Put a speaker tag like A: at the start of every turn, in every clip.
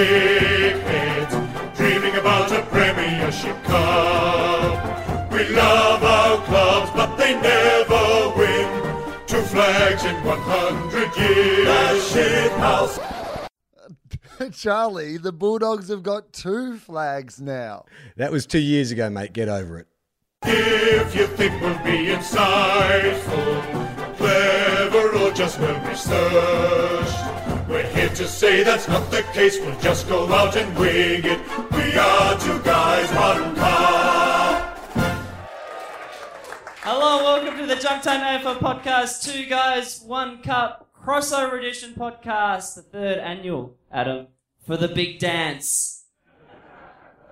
A: crickets, dreaming about a premiership cup. We love our clubs, but they never win. Two flags in 100 years. house.
B: Charlie, the Bulldogs have got two flags now.
C: That was two years ago, mate. Get over it.
A: If you think we'll be insightful, clever, or just well researched, we're here to say that's not the case. We'll just go out and wing it. We are two guys, one cup.
D: Hello, welcome to the Junktime AFL podcast. Two guys, one cup crossover edition podcast, the third annual. Adam, for the big dance.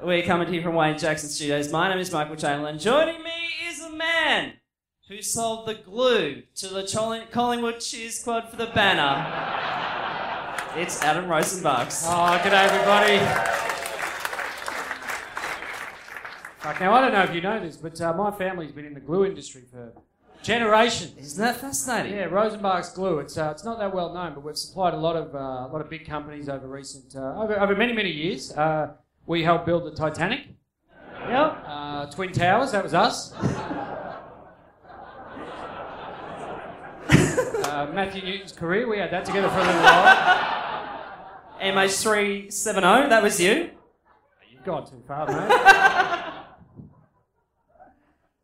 D: We're coming to you from Wayne Jackson Studios. My name is Michael Chamberlain. Joining me is a man who sold the glue to the Chol- Collingwood Cheer Squad for the banner. It's Adam Rosenbachs.
E: Oh, good day, everybody. Fuck, now I don't know if you know this, but uh, my family's been in the glue industry for generations.
D: Isn't that fascinating?
E: Yeah, Rosenbach's glue. It's uh, it's not that well known, but we've supplied a lot of uh, a lot of big companies over recent uh, over, over many many years. Uh, we helped build the Titanic. Yep. Uh, Twin Towers. That was us. uh, Matthew Newton's career. We had that together for a little while.
D: MH370, oh, that was you.
E: You've gone too far, mate.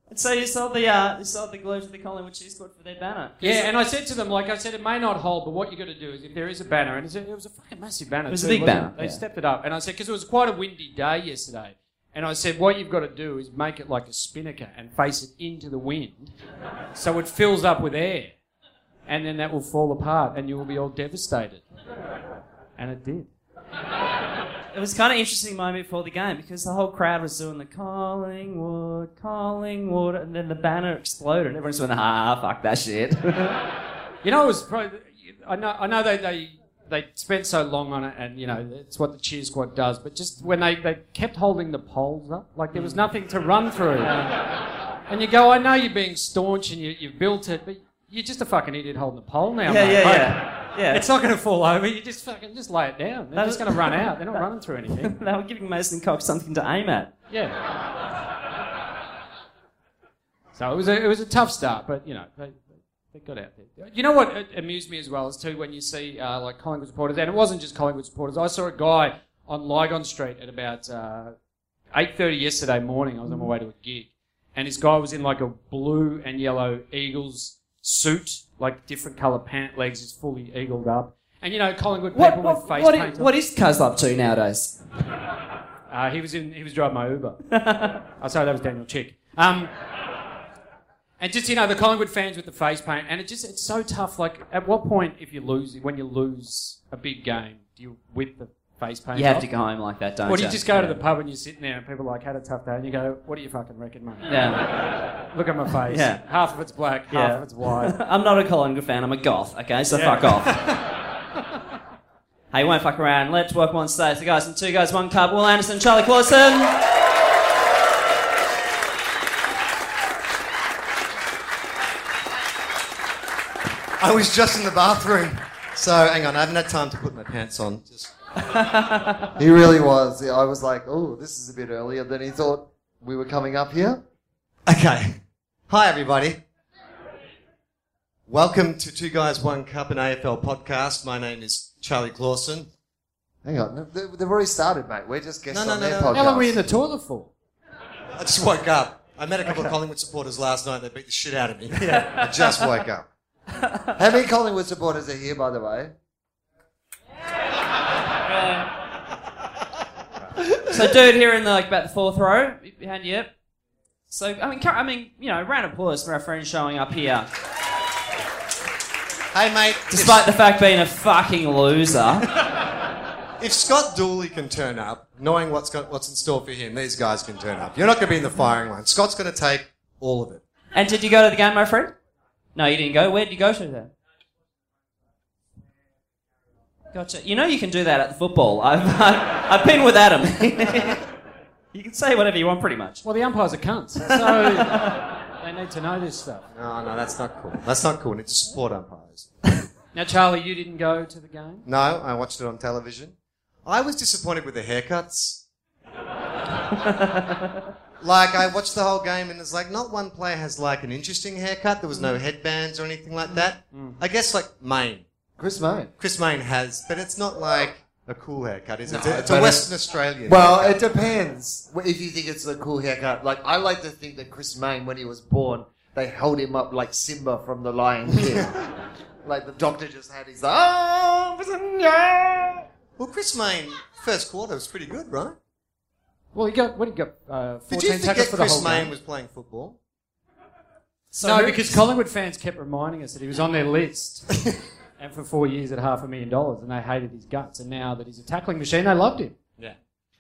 D: And so you sold the uh, you sold the glue to the Collingwood Cheer Squad for their banner.
E: Yeah, and I said to them, like I said, it may not hold, but what you got to do is if there is a banner, and it's a- it was a fucking massive banner. It
D: was a big banner,
E: They
D: yeah.
E: stepped it up, and I said because it was quite a windy day yesterday, and I said what you've got to do is make it like a spinnaker and face it into the wind, so it fills up with air, and then that will fall apart, and you will be all devastated. And it did.
D: It was kind of interesting moment before the game because the whole crowd was doing the Collingwood, Collingwood, and then the banner exploded. and Everyone's went, ah, fuck that shit.
E: You know, it was probably. I know. I know they they they spent so long on it, and you know it's what the cheer squad does. But just when they they kept holding the poles up, like there was nothing to run through, and you go, I know you're being staunch and you you've built it, but you're just a fucking idiot holding the pole now.
D: yeah,
E: mate.
D: yeah,
E: Like,
D: yeah. Yeah.
E: It's not going to fall over. You just fucking just lay it down. They're
D: That was-
E: just going to run out. They're not running through anything.
D: they were giving Mason Cox something to aim at.
E: Yeah. So it was a, it was a tough start, but you know they, they got out there. You know what it amused me as well is too when you see uh, like Collingwood supporters, and it wasn't just Collingwood supporters. I saw a guy on Lygon Street at about uh, eight thirty yesterday morning. I was on my way to a gig, and this guy was in like a blue and yellow Eagles suit, like different colour pant legs, is fully eagled up. And you know Collingwood people with face
D: what,
E: paint.
D: is, what is Cuz up to nowadays?
E: Uh, he was in. He was driving my Uber. oh, sorry, that was Daniel Chick. Um, and just you know, the Collingwood fans with the face paint, and it just it's so tough. Like, at what point, if you lose, when you lose a big game, do you whip the face paint?
D: You have
E: off?
D: to go home like that, don't
E: Or do you just go to the pub and you're sitting there, and people are like had a tough day, and you go, "What do you fucking reckon, mate?
D: Yeah.
E: Look at my face.
D: Yeah.
E: Half of it's black, half
D: Yeah.
E: of it's white."
D: I'm not a Collingwood fan, I'm a goth, okay? So
E: Yeah.
D: fuck off. hey, you won't fuck around. Let's work one stage. The guys and two guys, one cup. Will Anderson, Charlie Clausen.
F: I was just in the bathroom. So hang on, I haven't had time to put my pants on. Just
B: He really was. I was like, oh, this is a bit earlier than he thought we were coming up here.
F: Okay. Hi everybody. Welcome to Two Guys One Cup an AFL podcast. My name is Charlie Clausen.
B: Hang on. They- They've already started, mate. We're just guests
F: No, no,
B: on
F: no,
B: their
F: no.
B: podcast.
E: How long were you in the toilet for?
F: I just woke up. I met a couple of Collingwood supporters last night. They beat the shit out of me.
B: I just woke up. How many Collingwood supporters are here, by the way?
D: So, dude, here in the, like about the fourth row, behind you. Yep. So, I mean, cur- I mean, you know, round of applause for our friends showing up here,
F: Hey mate,
D: despite the fact being a fucking loser.
F: if Scott Dooley can turn up, knowing what's got, what's in store for him, these guys can turn up. You're not going to be in the firing line. Scott's going to take all of it.
D: And did you go to the game, my friend? No, you didn't go. Where did you go to then? Gotcha. You know you can do that at the football. I've, I've, I've been with Adam. you can say whatever you want, pretty much.
E: Well, the umpires are cunts, so they need to know this stuff.
F: No, no, that's not cool. That's not cool. It's a support umpires.
E: Now, Charlie, you didn't go to the game.
F: No, I watched it on television. I was disappointed with the haircuts. like I watched the whole game and it's like not one player has like an interesting haircut. There was
B: Mm.
F: no headbands or anything like that. I guess like Maine.
B: Chris Maine.
F: Chris Maine has, but it's not like a cool haircut, is it? it's
B: No,
F: a, it's a
B: but
F: Western Australian.
B: Well,
F: haircut.
B: it depends wh- if you think it's a cool haircut. Like, I like to think that Chris Maine, when he was born, they held him up like Simba from The Lion King. like, the doctor just had his arms and yeah.
F: well, Chris Maine first quarter was pretty good, right?
E: Well, he got what he got uh,
F: Did you
E: fourteen tackles
F: forget
E: for the whole
F: Chris Maine
E: game.
F: was playing football?
D: So
E: No,
D: who-
E: because Collingwood fans kept reminding us that he was on their list, and for four years at half a million dollars, and they hated his guts. And now that he's a tackling machine, they loved him.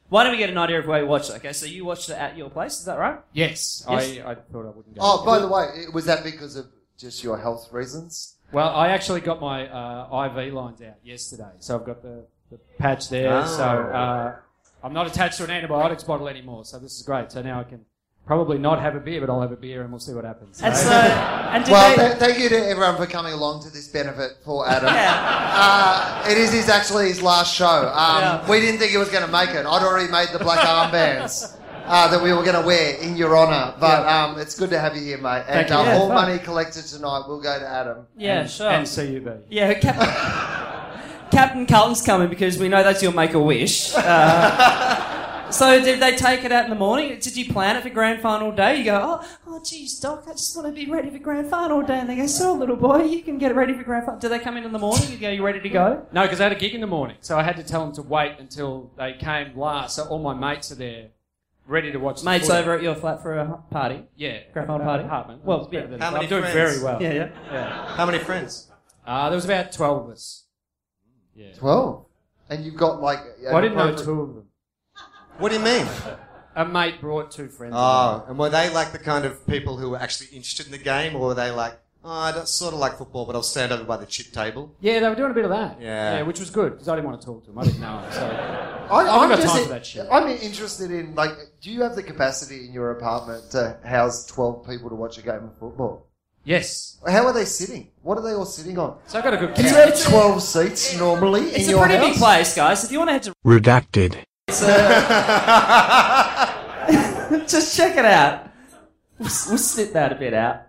D: Why don't we get an idea of where you watched it? Okay, so you watched it at your place, is that right?
E: Yes,
D: Yes.
E: I, I thought I wouldn't go.
B: Oh, by the way, it- was that because of just your health reasons?
E: Well, I actually got my uh, IV lines out yesterday, so I've got the, the patch there.
F: Ah.
E: So uh, I'm not attached to an antibiotics bottle anymore. So this is great. So now I can probably not have a beer, but I'll have a beer and we'll see what happens.
D: And so, and did
B: Well,
D: they?
B: th- thank you to everyone for coming along to this benefit for Adam.
D: yeah.
B: Uh, it is his, actually his last show. Um,
D: Yeah.
B: We didn't think he was going to make it. I'd already made the black armbands uh, that we were going to wear in your honour. But um, it's good to have you here, mate. And
E: Thank you.
B: uh,
E: Yeah,
B: all
E: fun.
B: money collected tonight will go to Adam.
D: Yeah,
E: and,
D: sure.
E: And CUB.
D: yeah, Cap- Captain Carlton's coming because we know that's your make a wish. Uh, so did they take it out in the morning? Did you plan it for grand final day? You go, oh, oh, geez, Doc, I just want to be ready for grand final day. And they go, so little boy, you can get ready for grand final. Do they come in in the morning? You go, you ready to go?
E: No, because I had a gig in the morning, so I had to tell them to wait until they came last. So all my mates are there, ready to watch. the
D: Mates
E: footy.
D: over at your flat for a hu- party.
E: Yeah,
D: Grand final
E: uh,
D: party?
E: Apartment.
D: Well,
E: It's better
D: yeah.
E: than-
F: How many
E: I'm doing
F: friends?
E: very well.
D: Yeah, yeah.
E: yeah.
F: How many friends?
E: Uh, there was about twelve of us. Yeah.
B: Twelve, and you've got like. an
E: Well, I didn't know
B: appropriate-
E: two of them.
F: What do you mean?
E: A mate brought two friends.
F: Oh, and were they like the kind of people who were actually interested in the game, or were they like, oh, I don't- sort of like football, but I'll stand over by the chip table?
E: Yeah, they were doing a bit of that.
F: Yeah.
E: Yeah, which was good because I didn't want to talk to them. I didn't know them. So.
B: I, I'm
E: got
B: just
E: time
B: in-
E: for that shit.
B: I'm interested in like, do you have the capacity in your apartment to house twelve people to watch a game of football?
E: Yes.
B: How are they sitting? What are they all sitting on?
E: So I got a good.
B: Do you
E: couch.
B: have twelve seats normally
D: It's
B: in
D: a
B: your
D: pretty
B: house?
D: big place, guys. If you want to head to
G: Redacted.
D: Just check it out. We'll, we'll snip that a bit out.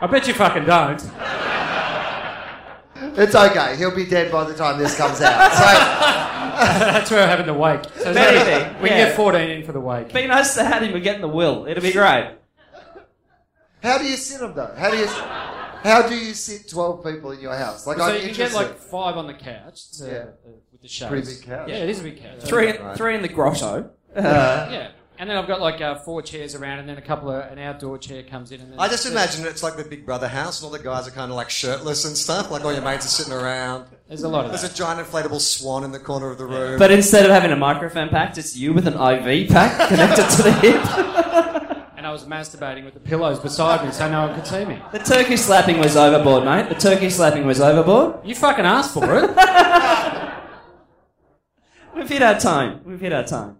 E: I bet you fucking don't.
B: It's okay. He'll be dead by the time this comes out. So
E: That's where we're having the wake. So it's
D: Maybe,
E: not- we
D: yeah.
E: can get fourteen in for the wake.
D: Be nice to Hattie and get in the will. It'll be great.
B: how do you sit them though? How do you how do you sit twelve people in your house? Like
E: So
B: I'm
E: you can get
B: interested.
E: like five on the couch to,
B: Yeah.
E: uh, with the shades.
B: Pretty big couch.
E: Yeah, it is a big couch.
D: Three,
F: Right.
D: three in the grotto.
E: Yeah, and then I've got like uh, four chairs around, and then a couple of an outdoor chair comes in. And then
F: I just imagine it's like the Big Brother house, and all the guys are kind of like shirtless and stuff, like all your mates are sitting around.
E: There's a lot of
F: There's
E: that.
F: a giant inflatable swan in the corner of the room.
D: But instead of having a microphone packed, it's you with an IV pack connected to the hip.
E: And I was masturbating with the pillows beside me, so no one could see me.
D: The turkey slapping was overboard, mate. The turkey slapping was overboard.
E: You fucking asked for it.
D: We've hit our time. We've hit our time.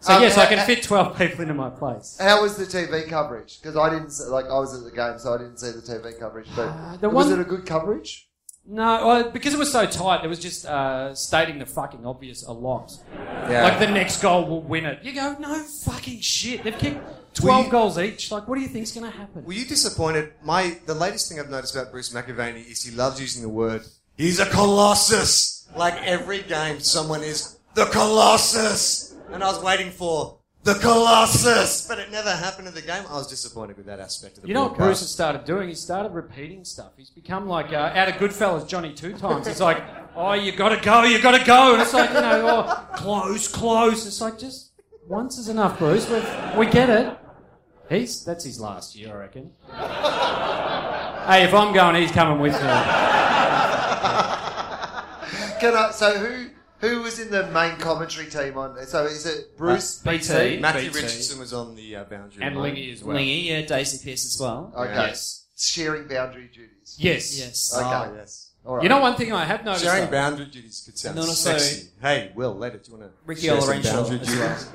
E: So
B: Um,
E: yes, I
B: uh,
E: can fit twelve people into my place.
B: How was the TV coverage? Because I didn't see, like I was at the game, so I didn't see the TV coverage. But
E: the
B: was
E: one-
B: it a good coverage?
E: No, well, because it was so tight, it was just uh, stating the fucking obvious a lot.
F: yeah.
E: Like the next goal will win it. You go, no fucking shit. They've kicked twelve
F: you-
E: goals each. Like, what do you think's going to happen?
F: Were you disappointed? My the latest thing I've noticed about Bruce McAvaney is he loves using the word. He's a colossus. Like every game, someone is the colossus, and I was waiting for the colossus, but it never happened in the game. I was disappointed with that aspect of the
E: You know what Bruce
F: broadcast.
E: has started doing? He started repeating stuff. He's become like uh, out of Goodfellas, Johnny Two Times. It's like, oh, you gotta go, you gotta go, and it's like, you know, oh, close, close. It's like just once is enough, Bruce. We we get it. He's that's his last year, I reckon. hey, if I'm going, he's coming with me.
B: Can I? So who who was in the main commentary team on? So is it
F: Uh,
B: Bruce?
D: BT.
F: Matthew
E: BT.
F: Richardson was on the uh, boundary
E: and
F: line.
E: Lingy as well.
D: Lingy, yeah, Daisy Pierce as well.
B: okay.
E: Yes.
B: Sharing boundary duties.
E: Yes.
D: Yes.
B: Okay.
F: Ah, yes.
B: All right.
E: You know one thing I have noticed.
F: Sharing
E: though?
F: boundary duties could sound
D: And then also-
F: sexy. Hey, Will, later, do you want to
D: Ricky
F: share some
D: Olorenshaw
F: boundary
D: as well.
F: duties?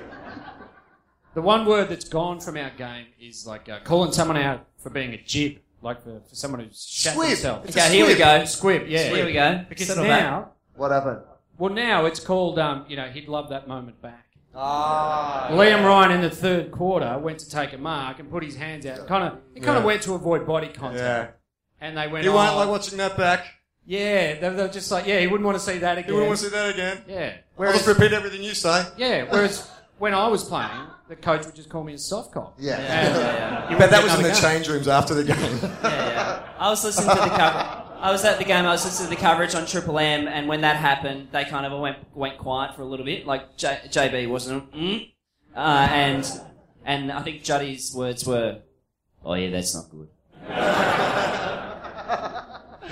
E: The one word that's gone from our game is like uh, calling someone out for being a jib, like for, for someone who's shat
F: Squib.
E: themselves.
F: It's a
D: Okay, here we
F: squib.
D: go.
E: Squib, yeah.
D: Here we go.
E: Because
D: Settle
E: now
B: what happened?
E: Well, now it's called, um, you know, he'd love that moment back.
F: Ah.
E: Liam Ryan in the third quarter went to take a mark and put his hands out. Kind of, he kind of
F: Yeah.
E: went to avoid body
F: Yeah.
E: contact. And they went.
F: You won't
E: "Oh."
F: like watching that back.
E: Yeah, they they were just like, yeah, he wouldn't want to see that
F: You
E: again.
F: wouldn't want to see that again.
E: yeah.
F: I'll just repeat everything you say.
E: Yeah, whereas when I was playing, the coach would just call me a soft cock.
B: Yeah.
E: And, uh, you
F: But
E: wouldn't get
F: that was in the
E: another go.
F: change rooms after the game.
D: Yeah, yeah. I was listening to the cover. I was at the game. I was listening to the coverage on Triple M, and when that happened, they kind of all went went quiet for a little bit. Like J- JB wasn't, mm? uh, and and I think Juddy's words were, "Oh yeah, that's not good."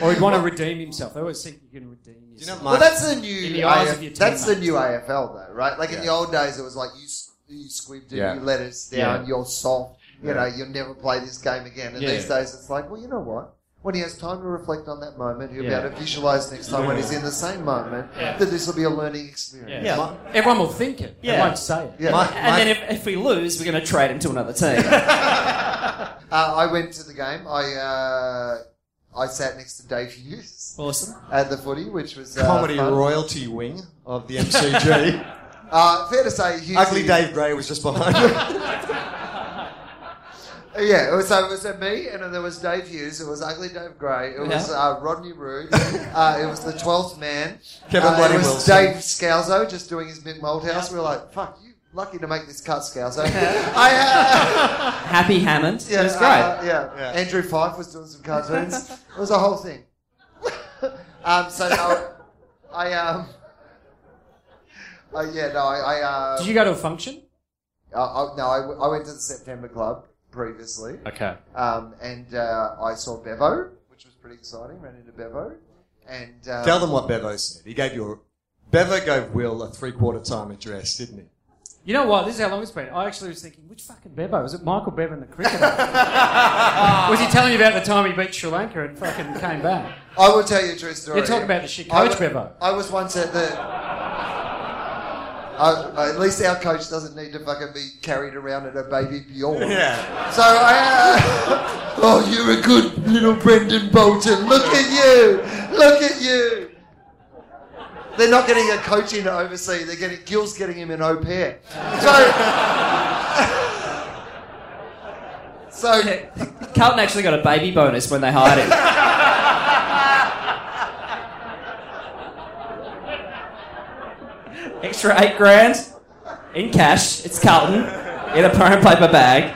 E: Or he'd want to redeem himself. They always think you can redeem
F: You know,
E: yourself.
B: Well,
F: Mike,
B: that's the new.
E: In the eyes
B: IF
E: of your
B: that's the
E: teammates.
B: new AFL though, right? Like in the
F: Yeah.
B: old days, it was like you s- you squibs and
F: Yeah.
B: you let us down. You're soft. You know, you'll never play this game again. And
E: Yeah.
B: these days, it's like, well, you know what? When he has time to reflect on that moment, he'll
E: Yeah.
B: be able to visualize next time when he's in the same moment that this will be a learning experience.
D: Yeah.
F: Mi-
E: Everyone will think it. They
D: Yeah.
E: won't say it.
B: Yeah.
F: Mike,
D: And then
F: Mike-
D: if, if we lose, we're going to trade him to another team.
B: Uh, I went to the game. I uh, I sat next to Dave Hughes
D: awesome.
B: at the footy, which was uh,
F: comedy
B: fun.
F: royalty wing of the MCG.
B: Uh, fair to say, Hughes
F: Ugly Dave Gray was just behind him.
B: Yeah, it was, so it was uh, me, and then there was Dave Hughes, it was Ugly Dave Gray, it was uh, Rodney Roode, uh, it was the 12th man,
F: Kevin
B: uh,
F: Bloody
B: it was
F: Wilson.
B: Dave Scalzo just doing his Mick Malthouse. We were like, fuck, you lucky to make this cut, Scalzo. I, uh,
D: Happy Hammond.
B: yeah,
D: it was great.
B: uh, yeah.
F: Yeah.
B: Andrew Fife was doing some cartoons. it was a whole thing. um, so, no, I, um, uh, yeah, no, I, I uh,
E: Did you go to a function?
B: I, I, no, I, w- I went to the September Club previously.
E: Okay.
B: Um, and uh, I saw Bevo, which was pretty exciting. Ran into Bevo, and um,
F: Tell them what Bevo said. He gave you a, Bevo gave Will a three quarter time address, didn't he?
E: You know what? This is how long it's been. I actually was thinking, which fucking Bebo? Was it Michael Bevan, the cricketer? was he telling you about the time he beat Sri Lanka and fucking came back?
B: I will tell you a true story.
E: You're talking about the shit
B: I
E: coach,
B: wa-
E: Bevo.
B: I was once at the. Uh, at least our coach doesn't need to fucking be carried around at a baby Bjorn.
F: Yeah.
B: So I. Uh, oh, you're a good little Brendan Bolton. Look at you. Look at you. They're not getting a coach in to oversee. They're getting Gil's getting him an au pair. So. so
D: Carlton actually got a baby bonus when they hired him. Extra eight grand in cash. It's Carlton in a brown paper bag.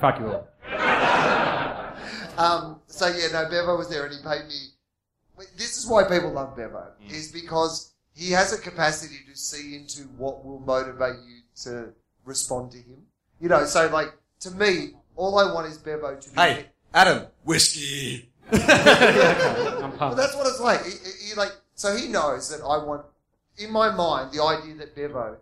E: Fuck you all.
B: Um, so yeah, no, Bevo was there and he paid me. Wait, This is why people love Bevo is because he has a capacity to see into what will motivate you to respond to him. You know, so like to me, all I want is Bevo to be.
F: Hey, Adam, whiskey.
E: I'm
B: But
E: pumped.
B: that's what it's like. He, he, he like so he knows that I want. In my mind, the idea that Bevo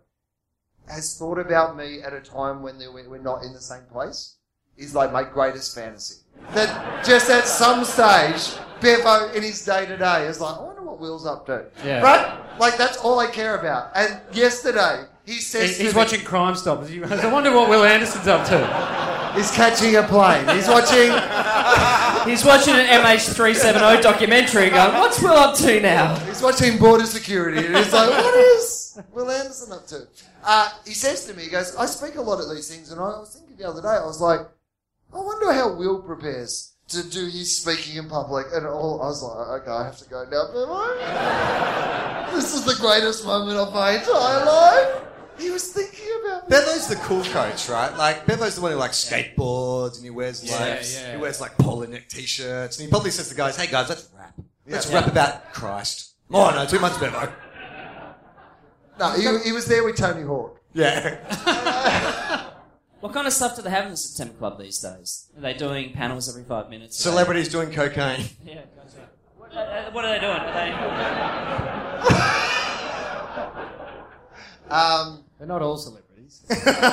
B: has thought about me at a time when they- we're not in the same place is like my greatest fantasy. That just at some stage, Bevo in his day to day is like, I wonder what Will's up to.
E: Yeah.
B: Right? Like that's all I care about. And yesterday he says
E: He-
B: to
E: He's
B: me-
E: watching Crime Stoppers. He goes, I wonder what Will Anderson's up to.
B: He's catching a plane. He's watching.
D: He's watching an MH370 documentary and going, what's Will up to now?
B: He's watching Border Security and he's like, what is Will Anderson up to? Uh, he says to me, he goes, I speak a lot at these things and I was thinking the other day, I was like, I wonder how Will prepares to do his speaking in public and all. I was like, okay, I have to go now, Bevo. this is the greatest moment of my entire life. He was thinking about me.
F: Bevo's the cool coach, right? Like Bevo's the one who like skateboards and he wears like
E: yeah.
F: he wears like polo neck t-shirts and he probably says to guys, "Hey guys, let's rap. Let's rap about Christ." Oh no, too much Bevo.
B: No, he, he was there with Tony Hawk.
F: Yeah.
D: What kind of stuff do they have in the September Club these days? Are they doing panels every five minutes? Are they-
F: Celebrities doing cocaine.
D: Yeah, gotcha. What, uh, uh, what are they doing? Are
B: Um,
E: They're not all celebrities.
B: a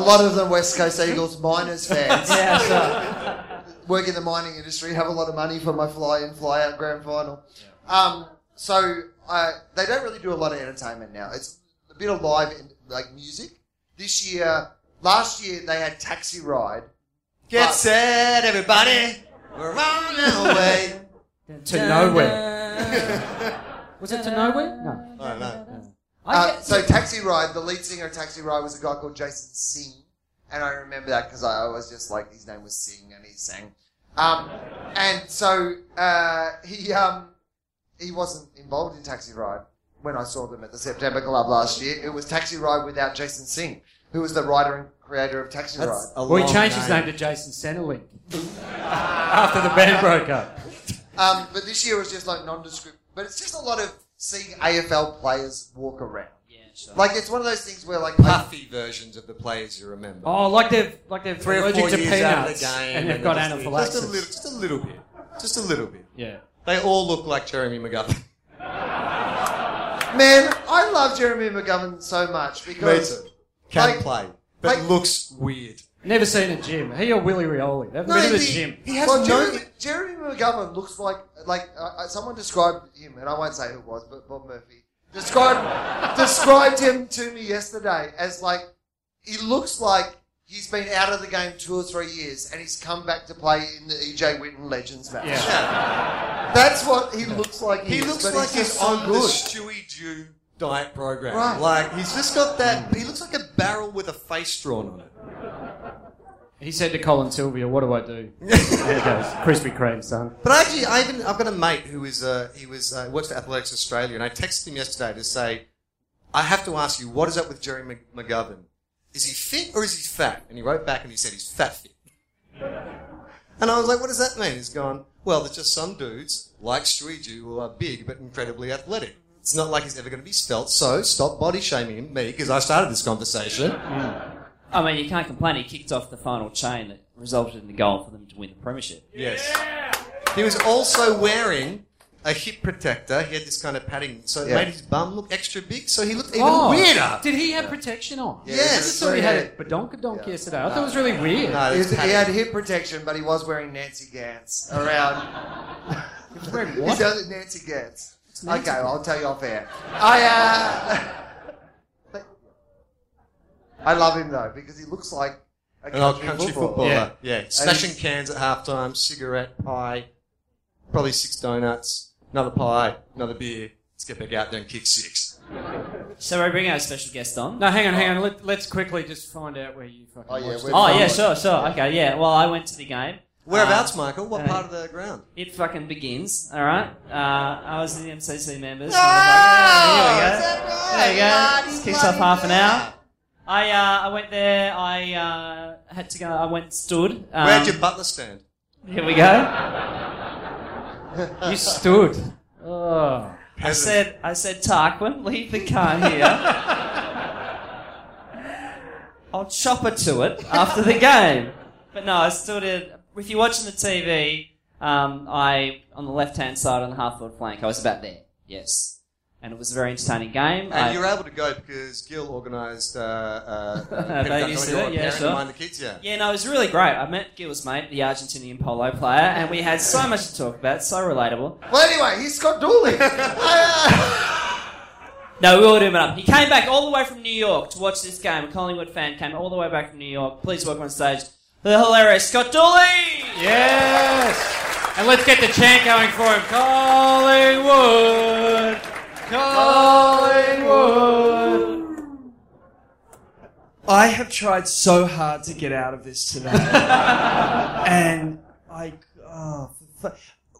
B: lot of them West Coast Eagles miners fans.
D: they... yeah, sure.
B: work in the mining industry, have a lot of money for my fly in, fly out grand final. Um, so uh, they don't really do a lot of entertainment now. It's a bit of live in, like music. This year, last year they had Taxi Ride.
F: Get
B: But-
F: set, everybody. We're running away.
E: To nowhere. Was it to nowhere? No.
F: I don't know.
E: I
B: Uh,
E: get-
B: so Taxi Ride, the lead singer of Taxi Ride was a guy called Jason Singh, and I remember that because I was just like his name was Singh and he sang. Um, and so uh, he um, he wasn't involved in Taxi Ride when I saw them at the September Club last year. It was Taxi Ride without Jason Singh, who was the writer and creator of Taxi Ride.
F: a
E: Well, he
F: long
E: changed his name to Jason Centrelink after the band broke up.
B: Um, but this year was just like nondescript. But it's just a lot of seeing AFL players walk around.
D: Yeah, sure.
B: Like it's one of those things where like I-
F: Puffy versions of the plays you remember.
E: Oh, like they've like they've
F: Three or
E: allergic
F: four
E: to
F: years
E: peanuts
F: out of the game,
E: and they've
F: and
E: got
F: just-
E: anaphylaxis.
F: Just a little, just a little bit, just a little bit.
E: Yeah.
F: They all look like Jeremy McGovern.
B: Man, I love Jeremy McGovern so much because
F: Can
B: Like-
F: play, but
B: like-
F: looks weird.
E: Never seen a gym. He or Willy Rioli. They've been to a
B: he-
E: gym.
F: He has
B: well,
F: no-
B: Jeremy, Jeremy McGovern looks like like uh, uh, someone described him, and I won't say who it was, but Bob Murphy described described him to me yesterday as like he looks like he's been out of the game two or three years, and he's come back to play in the EJ Witten Legends match.
E: Yeah.
B: That's what he looks like. He,
F: He
B: is,
F: looks
B: but
F: like
B: he's
F: he's
B: just so
F: on
B: good.
F: the Stewie Jew diet program.
B: Right.
F: Like he's just got that. He looks like a barrel with a face drawn on it.
E: He said to Colin Sylvia, "What do I do?" there it goes. Krispy Kreme, son.
F: But I actually, I even I've got a mate who is uh, he was uh, works for Athletics Australia, and I texted him yesterday to say, I have to ask you, what is up with Jerry Mc- McGovern? Is he fit or is he fat? And he wrote back and he said he's fat fit. and I was like, what does that mean? He's gone. Well, there's just some dudes like Stewie Jew who are big but incredibly athletic. It's not like he's ever going to be spelt. So stop body shaming him, me, because I started this conversation.
D: I mean, you can't complain. He kicked off the final chain that resulted in the goal for them to win the premiership.
F: Yes. He was also wearing a hip protector. He had this kind of padding, so it
B: Yeah. Oh.
F: made his bum look extra big. So he looked even weirder.
E: Oh. Did he have protection on?
B: Yeah,
F: Yes.
E: I just thought he had it badonkadonk
B: Yeah.
E: yesterday. I thought it was really weird.
F: No,
B: He,
F: it's
B: was- he
F: padding.
B: had hip protection, but he was wearing Nancy Gantz around.
E: Wearing
B: He's
E: what?
B: done it Nancy Gantz.
E: Nancy
B: okay, I'll tell you off air. I uh, I love him though because he looks like a
F: An
B: country,
F: old country
B: footballer.
F: footballer.
E: Yeah.
F: Yeah. Smashing cans at halftime, cigarette, pie, probably six donuts, another pie, another beer. Let's get back out there and kick six.
D: Shall we bring our special guest on?
E: No, hang on, hang on. Let, let's quickly just find out where you fucking
B: Oh, yeah,
E: watched
B: where-
E: it.
D: Oh, yeah, sure, sure. Okay, yeah. Well, I went to the game.
F: Whereabouts,
B: Uh,
F: Michael? What
D: hey.
F: part of the ground?
D: It fucking begins, all right? Uh, I was the MCC members. so
B: Oh,
D: I was like,
B: is
D: "Yeah,
B: that right?
D: There you go.
B: Bloody,
D: Just kicks off
B: bloody
D: half an
B: yeah.
D: hour. here we go. I, uh, I went there. I uh, had to go. I went and stood. Um,
F: Where'd your butler stand?
D: Here we go.
E: You stood. Oh.
D: I said, I said, Tarquin, leave the car here. I'll chop it to it after the game. But no, I stood in. If you're watching the TV, um, I on the left hand side on the half forward flank. I was about there. Yes, and it was a very entertaining game.
F: And
D: I-
F: you were able to go because Gil organised. Uh, uh,
D: They
F: pedagogical-
D: used to
F: you're
D: do
F: a
D: it, yeah,
F: parent, you
D: sure.
F: Mind the kids, yeah.
D: Yeah, no, it was really great. I met Gil's mate, the Argentinian polo player, and we had so much to talk about, so relatable.
B: Well, anyway, he's Scott Dooley. I,
D: No, we all him up. He came back all the way from New York to watch this game. A Collingwood fan came all the way back from New York. Please welcome on stage the hilarious Scott Dooley!
E: Yes. And let's get the chant going for him. Collingwood. Collingwood.
G: I have tried so hard to get out of this today, and I oh, for fu-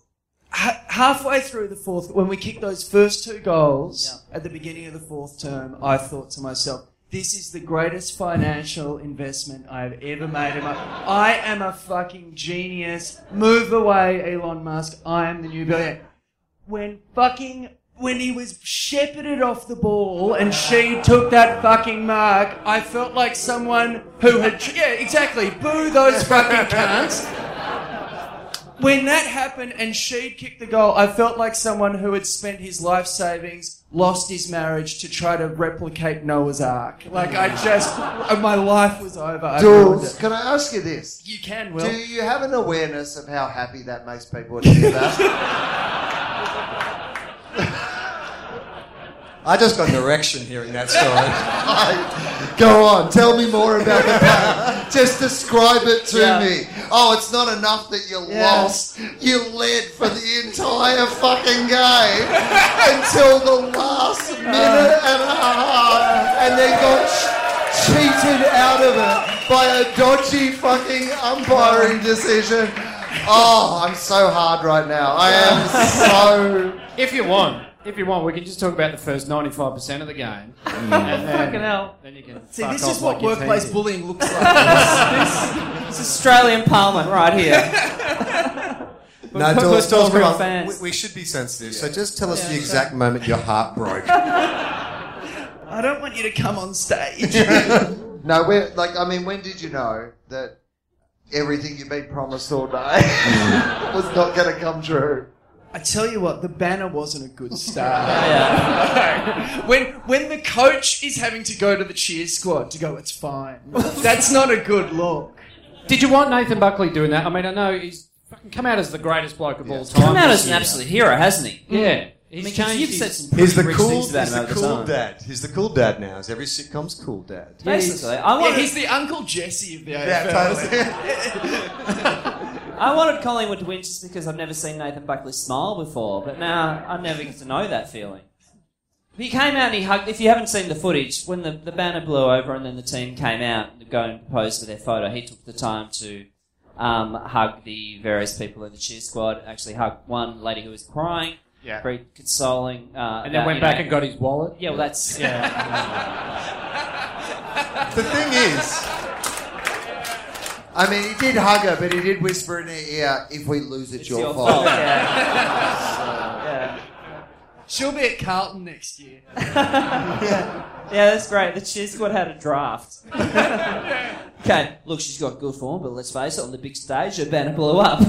G: ha- halfway through the fourth when we kicked those first two goals at the beginning of the fourth term, I thought to myself, "This is the greatest financial investment I have ever made in my. I am a fucking genius. Move away, Elon Musk. I am the new billionaire." when fucking when he was shepherded off the ball and she took that fucking mark, I felt like someone who had yeah exactly boo those fucking cunts. When that happened and she kicked the goal, I felt like someone who had spent his life savings, lost his marriage to try to replicate Noah's Ark. Like I just, my life was over. I ruined
B: Dools,
G: it.
B: can I ask you this?
G: You can, Will.
B: Do you have an awareness of how happy that makes people to hear that?
F: I just got an erection hearing that story.
B: I- go on, tell me more about the play. Just describe it to me. oh, it's not enough that you
G: Yeah.
B: lost. You led for the entire fucking game until the last minute and a half, and then got ch- cheated out of it by a dodgy fucking umpiring decision. Oh, I'm so hard right now. I am so.
E: If you want, if you want, we can just talk about the first 95% of the game. and
D: Fucking
E: then,
D: hell.
E: then you can
G: See,
E: fuck
G: this
E: off
G: is what
E: like your
G: workplace
E: team.
G: bullying looks like.
D: It's Australian Parliament right here.
F: No,
D: But we're
F: Dawes,
D: still
F: Dawes, come
D: real
F: on.
D: fans.
F: We, we should be sensitive. So just tell us the exact moment your heart broke.
G: I don't want you to come on stage.
B: No, we're like, I mean, when did you know that everything you've been promised all day was not going to come true?
G: I tell you what, the banner wasn't a good start.
D: Yeah.
G: when when the coach is having to go to the cheer squad to go, it's fine. That's not a good look.
E: Did you want Nathan Buckley doing that? I mean, I know he's fucking come out as the greatest bloke of all time.
D: Come out
E: this
D: as an
E: year.
D: absolute hero, hasn't he?
E: Yeah.
D: I
E: He's
D: mean, 'cause
E: changed.
D: you've
E: his-
D: said some
F: He's
D: pretty
F: the
D: rich
F: cool,
D: things
F: he's
D: about him
F: the
D: over
F: cool
D: time.
F: dad. He's the cool dad now. Is every sitcom's cool dad?
D: Basically, I
G: Yeah,
D: wanted,
G: he's the Uncle Jesse of the AFL.
D: I wanted Collingwood to win just because I've never seen Nathan Buckley smile before, but now I never get to know that feeling. He came out and he hugged. If you haven't seen the footage, when the, the banner blew over and then the team came out to go and pose for their photo, he took the time to um, hug the various people in the cheer squad. Actually, hugged one lady who was crying,
E: Yeah.
D: very consoling. Uh,
E: and then went back and got his wallet.
D: Yeah, well, that's
B: The thing is, I mean, he did hug her, but he did whisper in her ear, if we lose, it's,
D: it's
B: your, fault.
D: yeah.
G: She'll be at Carlton next year.
D: Yeah, that's great. The cheer squad had a draft. okay, look, she's got good form, but let's face it, on the big stage, her banner blew up.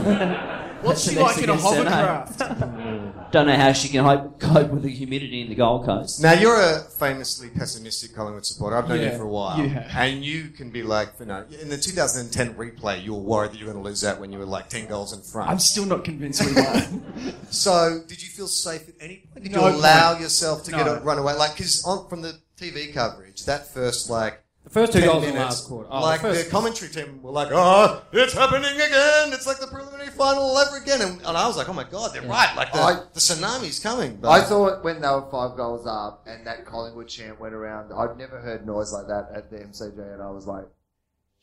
G: What's
D: That's
G: she
D: the next
G: like in a
D: against her, no.
G: hovercraft?
D: Don't know how she can hope, cope with the humidity in the Gold Coast.
F: Now you're a famously pessimistic Collingwood supporter. I've known
G: Yeah,
F: you for a while,
G: you have.
F: and you can be like, you know, in the 2010 replay, you were worried that you were going to lose that when you were like 10 goals in front.
G: I'm still not convinced we won.
F: So, did you feel safe at any point? Did
G: No
F: you allow
G: point.
F: yourself to
G: No.
F: get a run away? Like, because from the TV coverage, that first like
E: The first two
F: 10
E: goals in the
F: minutes,
E: last quarter. Oh,
F: like
E: the
F: the,
E: first,
F: commentary team were like, "Oh, it's happening again! It's like the preliminary final all over again." And, and I was like, "Oh my god, they're right! Like the,
B: I-
F: the tsunami's coming!" But
B: I thought when they were five goals up and that Collingwood chant went around, I'd never heard noise like that at the MCG, and I was like,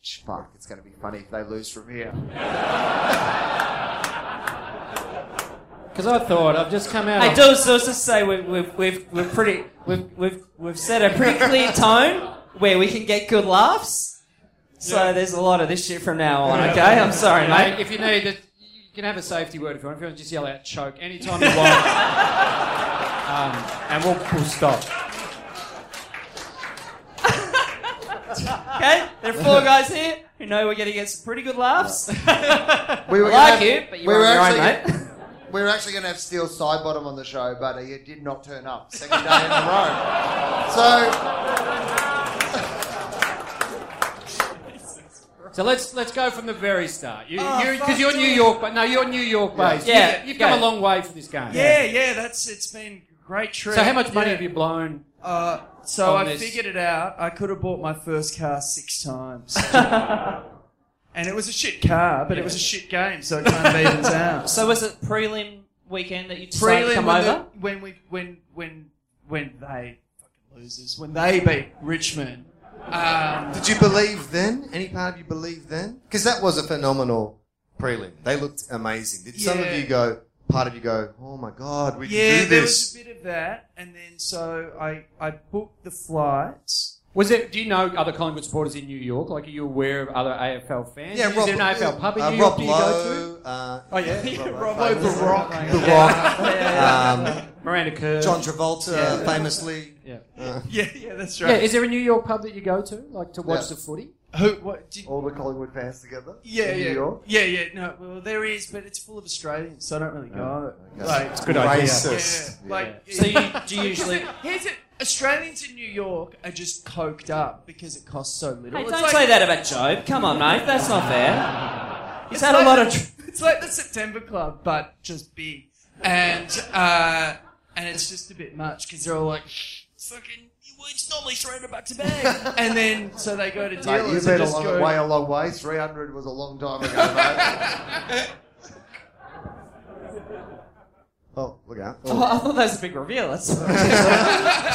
B: "Ch- fuck, it's going to be funny if they lose from here.
E: because I thought I've just come out.
D: Hey,
E: on-
D: Dawes, let's just say we've, we've, we've, we're pretty, we've, we've, we've set a pretty clear tone where we can get good laughs. So there's a lot of this shit from now on, okay? I'm sorry, mate.
E: Mate, if you need it, you can have a safety word if you want. If you want, just yell out choke anytime you want. um, and we'll, we'll stop.
D: Okay? There are four guys here who know we're going to get some pretty good laughs.
B: We
D: I
B: were
D: like
B: gonna have-
D: you, but
B: we
D: you're
B: were
D: on your own,
B: actually-
D: mate.
B: We were actually going to have Steele Sidebottom on the show, but he did not turn up. Second day in a row. So,
E: So let's let's go from the very start. You,
G: Oh,
E: you,
G: fuck
E: because you're New
G: yeah.
E: York, but no, you're New York based.
D: Yeah.
E: You, have come
D: Yeah.
E: a long way for this game.
G: yeah, yeah, that's it's been a great trip.
E: So how much money
G: Yeah.
E: have you blown?
G: Uh, so
E: on
G: I
E: this?
G: figured it out. I could have bought my first car six times. and it was a shit car, but it was a shit game, so it kind of evens out.
D: So was it prelim weekend that you decided to
G: Prelim
D: come
G: when,
D: over?
G: the, when we when when when they fucking losers when they beat Richmond. Um,
F: Did you believe then? Any part of you believed then? Because that was a phenomenal prelim. They looked amazing. Did some of
G: Yeah.
F: you go? Part of you go, "Oh my god, we
G: yeah,
F: can do
G: there
F: this."
G: was a bit of that, and then so I I booked the flights.
E: Was it? Do you know other Collingwood supporters in New York? Like, are you aware of other AFL fans?
F: yeah,
E: is
F: Rob,
E: there an AFL pub in
F: uh,
E: New
F: Rob
E: York? Do you go to?
F: Lowe, uh,
E: Oh yeah,
G: Robbo the Rock.
F: The Rock, um,
E: Miranda Kerr.
F: John Travolta, famously.
E: Yeah.
G: Yeah, yeah, that's
E: Yeah,
G: right.
E: is there a New York pub that you go to, like to watch
B: Yeah.
E: the footy?
G: Who? What? Did,
B: all the Collingwood fans together.
G: yeah,
B: in
G: yeah,
B: New York.
G: yeah, yeah. No, well, there is, but it's full of Australians, so I don't really go. Like,
E: a good idea.
F: Racist.
G: Yeah, like,
D: So you, do you
G: Because
D: usually?
G: it- here's it. Australians in New York are just coked up because it costs so little.
D: Hey,
G: It's
D: don't
G: like-
D: say that about Job. Come on, mate. That's not fair. He's
G: it's
D: had
G: like
D: a lot of.
G: the-
D: Tr-
G: it's like the September Club, but just big, and uh, and it's just a bit much because they're all like, fucking. well, it's normally 300 bucks a bag. and then, so they go to dealers.
B: Mate, you've
G: and
B: been a
G: just
B: long
G: go,
B: way, a long way. 300 was a long time ago, mate.
F: Oh, look out.
D: Oh, I thought that was a big reveal. That's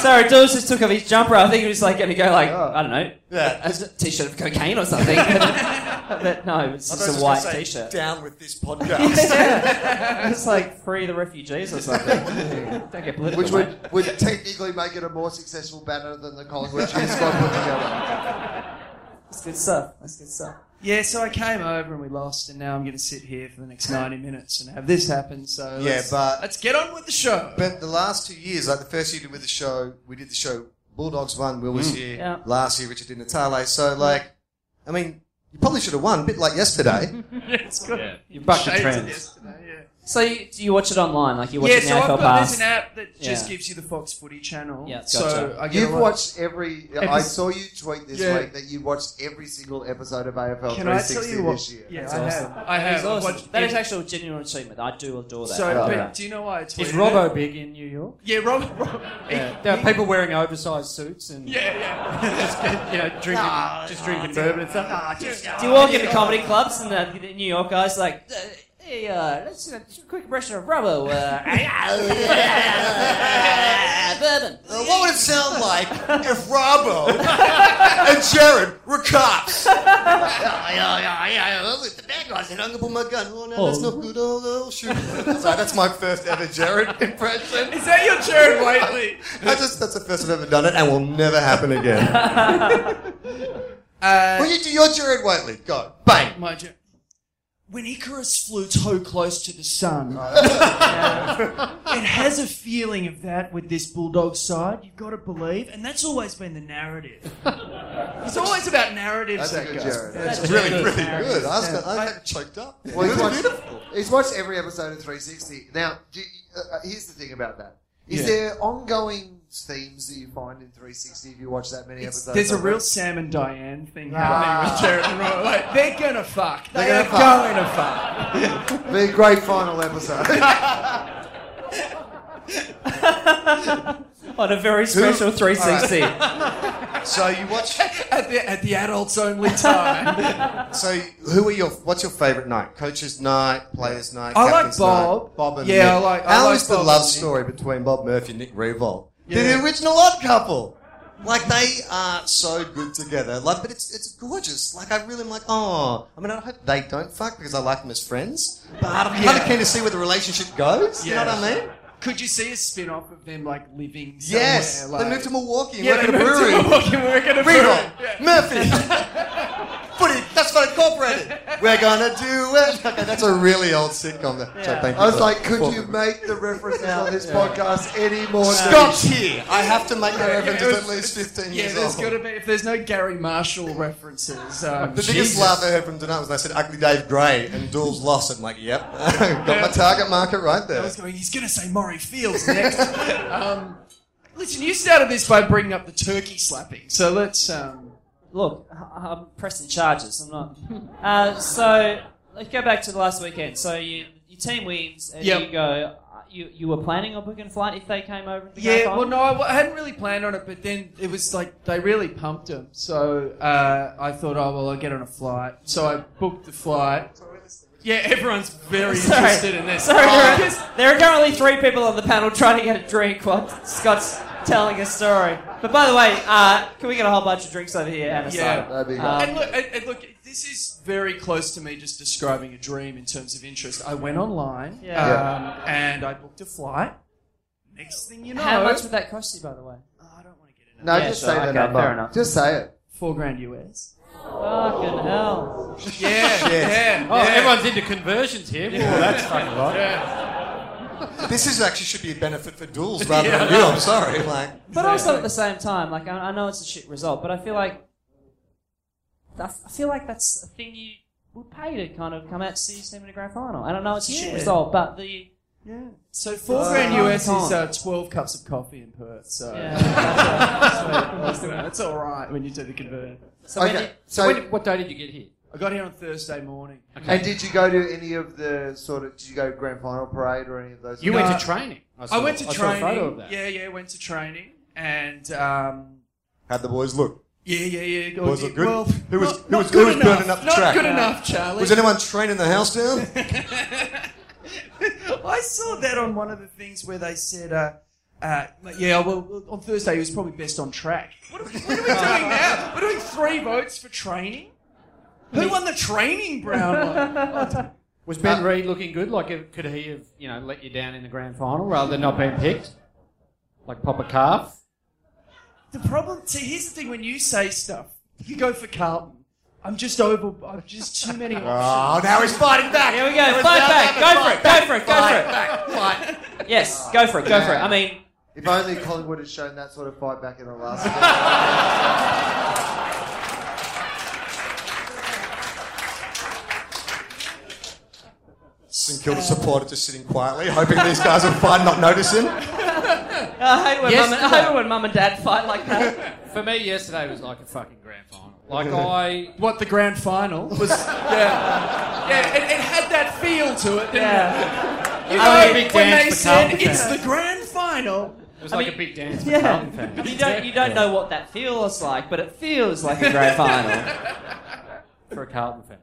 D: Sorry, Dawes just took off his jumper. I think he was like going to go like I don't know,
F: Yeah.
D: a t-shirt of cocaine or something. but no, it's
F: I
D: just
F: was
D: a white
F: gonna say,
D: t-shirt.
F: Down with this podcast.
D: Yeah. it's like free the refugees or something. don't get political.
B: Which
D: mate.
B: would, would technically make it a more successful banner than the Collingwood Cheers Squad put together.
D: That's good stuff. That's good stuff.
G: Yeah, so I came over and we lost, and now I'm going to sit here for the next 90 minutes and have this happen. So
F: Yeah,
G: let's,
F: but-
G: let's get on with the show.
F: But the last two years, like the first year with the show, we did the show Bulldogs won, Will was here.
D: Yeah.
F: Last year, Richard did Natale. So, like, I mean, you probably should have won, a bit like yesterday.
G: it's good.
D: You've bucked the
G: Shades of
D: trends.
G: yesterday, yeah.
D: So you, do you watch it online? Like you watch
G: Yeah,
D: it
G: so
D: now?
G: I've
D: NFL
G: got
D: Pass?
G: there's an app that just
D: Yeah.
G: gives you the Fox Footy channel.
D: Yeah,
G: so
D: gotcha.
G: I get
B: You've
G: a lot-
B: watched every. I
G: Epis-
B: saw you tweet this
G: Yeah.
B: week that you watched every single episode of AFL
G: Can I
B: 360
G: tell you
B: this
G: what?
B: year.
G: Yeah,
D: That's
G: I
D: awesome.
G: have. I have.
D: It's awesome.
G: I've watched
D: That is
G: it.
D: actually a genuine achievement. I do adore that.
G: So,
D: I love
G: but
D: that.
G: do you know why I tweeted?
E: Is
G: it?
E: Robbo big in New York?
G: Yeah, Rob. Rob
E: Yeah. There are people wearing oversized suits and
G: yeah, yeah.
E: just, you know drinking, just drinking bourbon and stuff.
D: Do you walk into comedy clubs and the, the New York guys like, uh, hey, uh, let's do a quick impression of Robbo. Uh, bourbon.
F: Uh, what would it sound like if Robbo and Jared were cops? yeah, yeah, yeah, yeah. Well, if the bad guys. said, I'm gonna put my gun. Oh no, that's not good. Oh, no, I'll shoot. Sorry, that's my first ever Jared impression.
G: Is that your Jared Waitley?
F: I just that's the first I've ever done it, and will never happen again.
G: Uh,
F: Will you do your Jared Whiteley? Go bang.
G: my Jared. When Icarus flew so close to the sun, it has a feeling of that with this bulldog side. You've got to believe, and that's always been the narrative. It's always about narratives.
B: That's a
G: That
B: good
G: guy.
B: Jared.
G: That's
F: It's
G: really
F: really, really good. I was,
G: Yeah.
F: gonna, I had choked up.
B: Well,
F: It
B: he's
F: was
B: watched,
F: beautiful.
B: he's watched every episode of 360. Now, do you, uh, uh, here's the thing about that. Is
G: Yeah.
B: there ongoing themes that you find in 360 if you watch that many
G: It's-
B: episodes?
G: there's a
B: of it?
G: real Sam and Diane thing
B: Ah.
G: happening with Jared and Roy. Like, they're gonna fuck. They
B: They're
G: are
B: gonna fuck.
G: going to fuck.
B: The great final episode.
D: On a very special 360.
F: So you watch.
G: At the, at the adults only time.
F: So who are your? What's your favourite night? Coaches' night, players' night.
G: I like
F: captain's
G: Bob.
F: Night, Bob and
G: Yeah,
F: Nick.
G: I like- I
F: How
G: like
F: is the
G: Bob
F: love
G: and Nick.
F: story between Bob Murphy and Nick Revolt? They're
G: Yeah.
F: the original odd couple. Like they are so good together. Like, but it's it's gorgeous. Like I really am like. Oh, I mean, I hope they don't fuck because I like them as friends. But I'm kind
G: Yeah.
F: of keen to see where the relationship goes. You know what I mean?
G: Could you see a spin off of them like living somewhere?
F: Yes.
G: like,
F: they moved to Milwaukee and
G: yeah,
F: work
G: they
F: at a
G: moved
F: brewery.
G: To Milwaukee, we work at a brewery.
F: Revolt,
G: Yeah.
F: Murphy, Footy, that's not incorporated. We're gonna do it. Okay, that's a really old sitcom. That, so thank you
B: I was
F: for-
B: like,
F: for-
B: could you make the references on this podcast any more?
F: Stop here! I have to make a reference
G: yeah,
F: at least 15
G: Yeah,
F: years
G: there's
F: old.
G: got to be if there's no Gary Marshall references. Um,
F: the biggest laugh I heard from tonight was when I said Ugly Dave Gray and Dool's lost. I'm like, yep, got my target market right
G: I
F: there.
G: was going. He's going to say Murray Fields next. um, listen, you started this by bringing up the turkey slapping, so let's. Um,
D: Look, I- I'm pressing charges. I'm not. Uh, so let's go back to the last weekend. So you, your team wins, and
G: Yep.
D: you go. uh, You, you were planning on booking a flight if they came over. To
G: Yeah,
D: go
G: well, no, I w- I hadn't really planned on it, but then it was like they really pumped him. So uh, I thought, oh, well, I'll get on a flight. So I booked the flight. Yeah, everyone's very
D: Sorry.
G: interested in this.
D: Sorry,
G: Oh,
D: there,
G: because-
D: are, there are currently three people on the panel trying to get a drink while Scott's telling a story. But by the way, uh, can we get a whole bunch of drinks over here and a
G: Yeah.
D: cider?
B: That'd be great.
D: Um,
G: and look, and, and look, this is very close to me just describing a dream in terms of interest. I went online
D: Yeah.
G: um, and I booked a flight. Next thing you know,
D: How much would that cost you, by the way?
G: Oh, I don't want to get into
B: No,
D: Yeah,
B: just
D: sure,
B: say the
D: okay,
B: number.
D: fair enough.
B: Just say it.
G: four grand US.
D: Fucking hell.
G: Yeah, yeah.
E: Oh,
G: yeah.
E: everyone's into conversions here. Well, that's fucking right.
F: This is actually should be a benefit for Dool's rather than you. I'm sorry. Like,
D: But also at the same time, like I, I know it's a shit result, but I feel like I f- I feel like that's a thing you would pay to kind of come out to see your team in a grand final. And I know it's a shit
G: Yeah.
D: result, but the
G: Yeah. So four grand US is uh, twelve cups of coffee in Perth. So
D: yeah.
G: that's, all right when you do the conversion.
D: so when
B: Okay,
D: you-
B: so-
E: when, did- what day did you get here?
G: I got here on Thursday morning.
B: And did you go to any of the sort of? Did you go grand final parade or any of those?
E: You
G: No.
E: went to training.
G: I went to
E: I
G: training.
E: Saw a photo of that.
G: Yeah, yeah, went to training and um,
F: How'd the boys look?
G: Yeah, yeah, yeah. Go-
F: Was it good?
G: Well,
F: Who was-
G: not-
F: who was-
G: not
F: who
G: good
F: was
G: enough.
F: burning up the
G: Not
F: track?
G: good enough, Charlie.
F: Was anyone training the house down?
G: I saw that on one of the things where they said, uh, uh, yeah, well, on Thursday he was probably best on track. What are, we- what are we doing now? We're doing three votes for training? Who won the training, Brownlow?
E: Was Ben Reed looking good? Like, if- could he have, you know, let you down in the grand final rather than not being picked? Like, pop a calf?
G: the problem, see, here's the thing when you say stuff, you go for Carlton. I'm just over, I'm just too many
B: Ah.
G: options.
F: Oh, now he's fighting back.
D: Here we go. Fight back. Go for it. Go for it. Go for it. Yes. Go for it. Go for it. I mean,
B: If only Collingwood had shown that sort of fight back in the last game.
F: St Kilda supporter just sitting quietly, hoping these guys are fine, not noticing.
D: I hate when
E: Yes,
D: mum and,
E: come
D: I hate when mum and dad fight like that.
E: For me, yesterday was like a fucking grand final. Like, I.
G: What, the grand final? Was, yeah. Yeah, it, it had that feel to it, didn't
D: Yeah.
G: it? You
E: I
G: know,
E: was a big
G: when
E: dance
G: they
E: for
G: said,
E: Carlton
G: it's the
E: fans."
G: grand final,
E: It was like
D: mean-
E: a big dance for Carlton
D: Um, Yeah.
E: fans.
D: You don't you don't know what that feels like, but it feels like a grand final.
E: For a Carlton fan.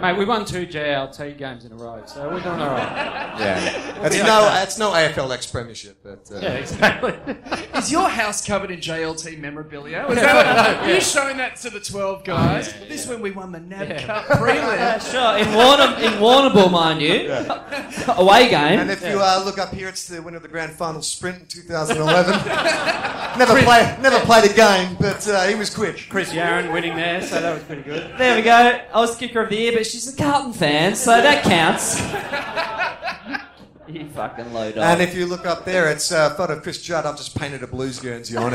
E: Mate, we won two JLT games in a row, so we're doing all right.
F: Yeah, that's no, that's no AFL ex premiership, but uh,
E: Yeah, exactly.
G: Is your house covered in JLT memorabilia? Is that what, Are you showing that to the 12 guys? this when we won the NAB
E: Yeah.
G: Cup prelim.
D: Sure, in Warnam, in Warrnambool, mind you, away game.
F: And if you uh, look up here, it's the winner of the grand final sprint in 2011. never play, never played a game, but uh, he was quick.
E: Chris Yaron winning there, so that was pretty good.
D: there we go. I was kicker of the year, but she's a Carlton fan, so that counts. you fucking load up.
F: And if you look up there, it's uh, a photo of Chris Judd. I've just painted a blues guernsey on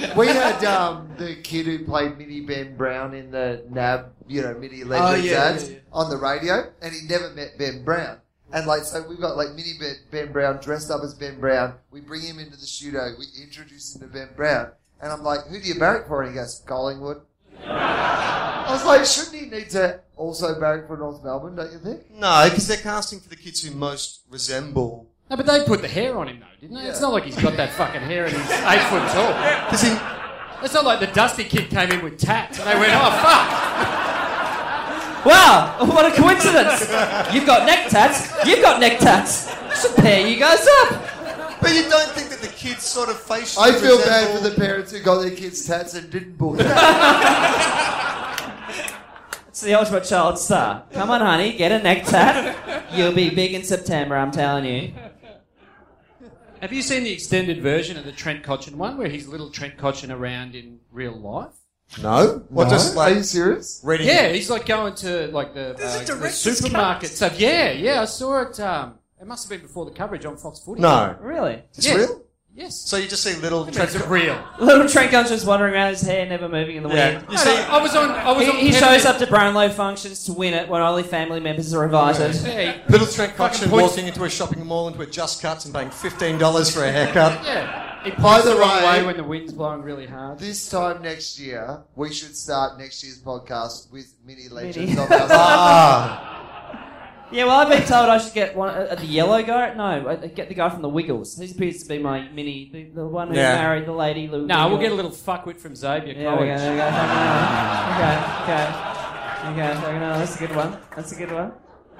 F: it.
B: we had um, the kid who played Mini Ben Brown in the NAB, you know, Mini Legends
G: Oh, yeah,
B: ads
G: yeah, yeah.
B: on the radio, and he never met Ben Brown. And like, so we've got like Mini Ben, ben Brown dressed up as Ben Brown. We bring him into the studio. We introduce him to Ben Brown, and I'm like, "Who do you barrack for?" And he goes, "Collingwood." I was like, "Shouldn't he need to also barrack for North Melbourne? Don't you think?"
F: no, because they're casting for the kids who most resemble.
E: No, but they put the hair on him, though, didn't they? It's not like he's got that fucking hair and he's eight foot tall.
F: Because he,
E: It's not like the Dusty kid came in with tats and they went, oh, fuck.
D: Wow, what a coincidence! You've got neck tats. You've got neck tats. Should pair you guys up.
F: but you don't think that the kids sort of facially.
B: I feel bad for
F: resemble-
B: the parents who got their kids tats and didn't book it.
D: It's the ultimate child star. Come on, honey, get a neck tat. You'll be big in September. I'm telling you.
E: Have you seen the extended version of the Trent Cotchin one where he's little Trent Cotchin around in real life?
F: No, what
B: No?
F: just
B: Are
F: like
B: you serious?
F: reading?
E: Yeah, he's like going to like the, uh,
G: There's a
E: the
G: director's
E: supermarket stuff. Yeah, yeah, I saw it. Um, it must have been before the coverage on Fox Footy.
F: No,
D: Really?
F: it's
E: Yeah.
F: real.
E: Yes.
F: So you just see little.
E: It's real.
D: Little Trent Gunn's just wandering around, his hair never moving in the
F: Yeah,
D: wind.
F: you see.
E: I was on. I was on.
D: He, he
E: Kevin-
D: shows up to Brownlow functions to win it when only family members are invited.
E: Yeah, he-
F: Little Trent Coxon
E: points-
F: walking into a shopping mall into a Just Cuts and paying fifteen dollars for a haircut.
E: yeah. He
B: By
E: points
B: the
E: the wrong
B: way-
E: way when the wind's blowing really hard.
B: This time next year, we should start next year's podcast with mini legends
D: Mini.
B: of our
F: Ah,
D: Yeah, well, I've been told I should get one uh, the yellow guy. No, I I get the guy from the Wiggles. He appears to be my mini, the, the one who
F: Yeah.
D: married the lady. Lou
E: No, we'll
D: Wiggles.
E: get a little fuckwit from Xavier
D: Yeah, we go.
E: College.
D: There we go. Okay, okay, okay. okay. No, that's a good one. That's a good one.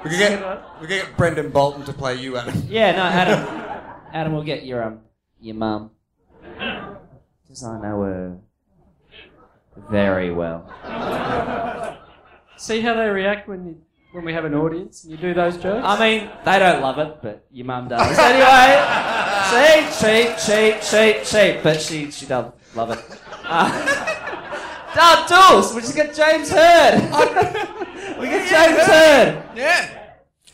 F: we could get we could get Brendan Bolton to play you, Adam.
D: Yeah, no, Adam. Adam will get your um, your mum. Because I know her very well.
E: See how they react when you, when we have an audience and you do those jokes.
D: I mean, they don't love it, but your mum does. Anyway, cheap, cheap, cheap, cheap, cheap, but she she does love it. Uh, Dulls, we just get James Heard. we get James Heard.
G: Yeah.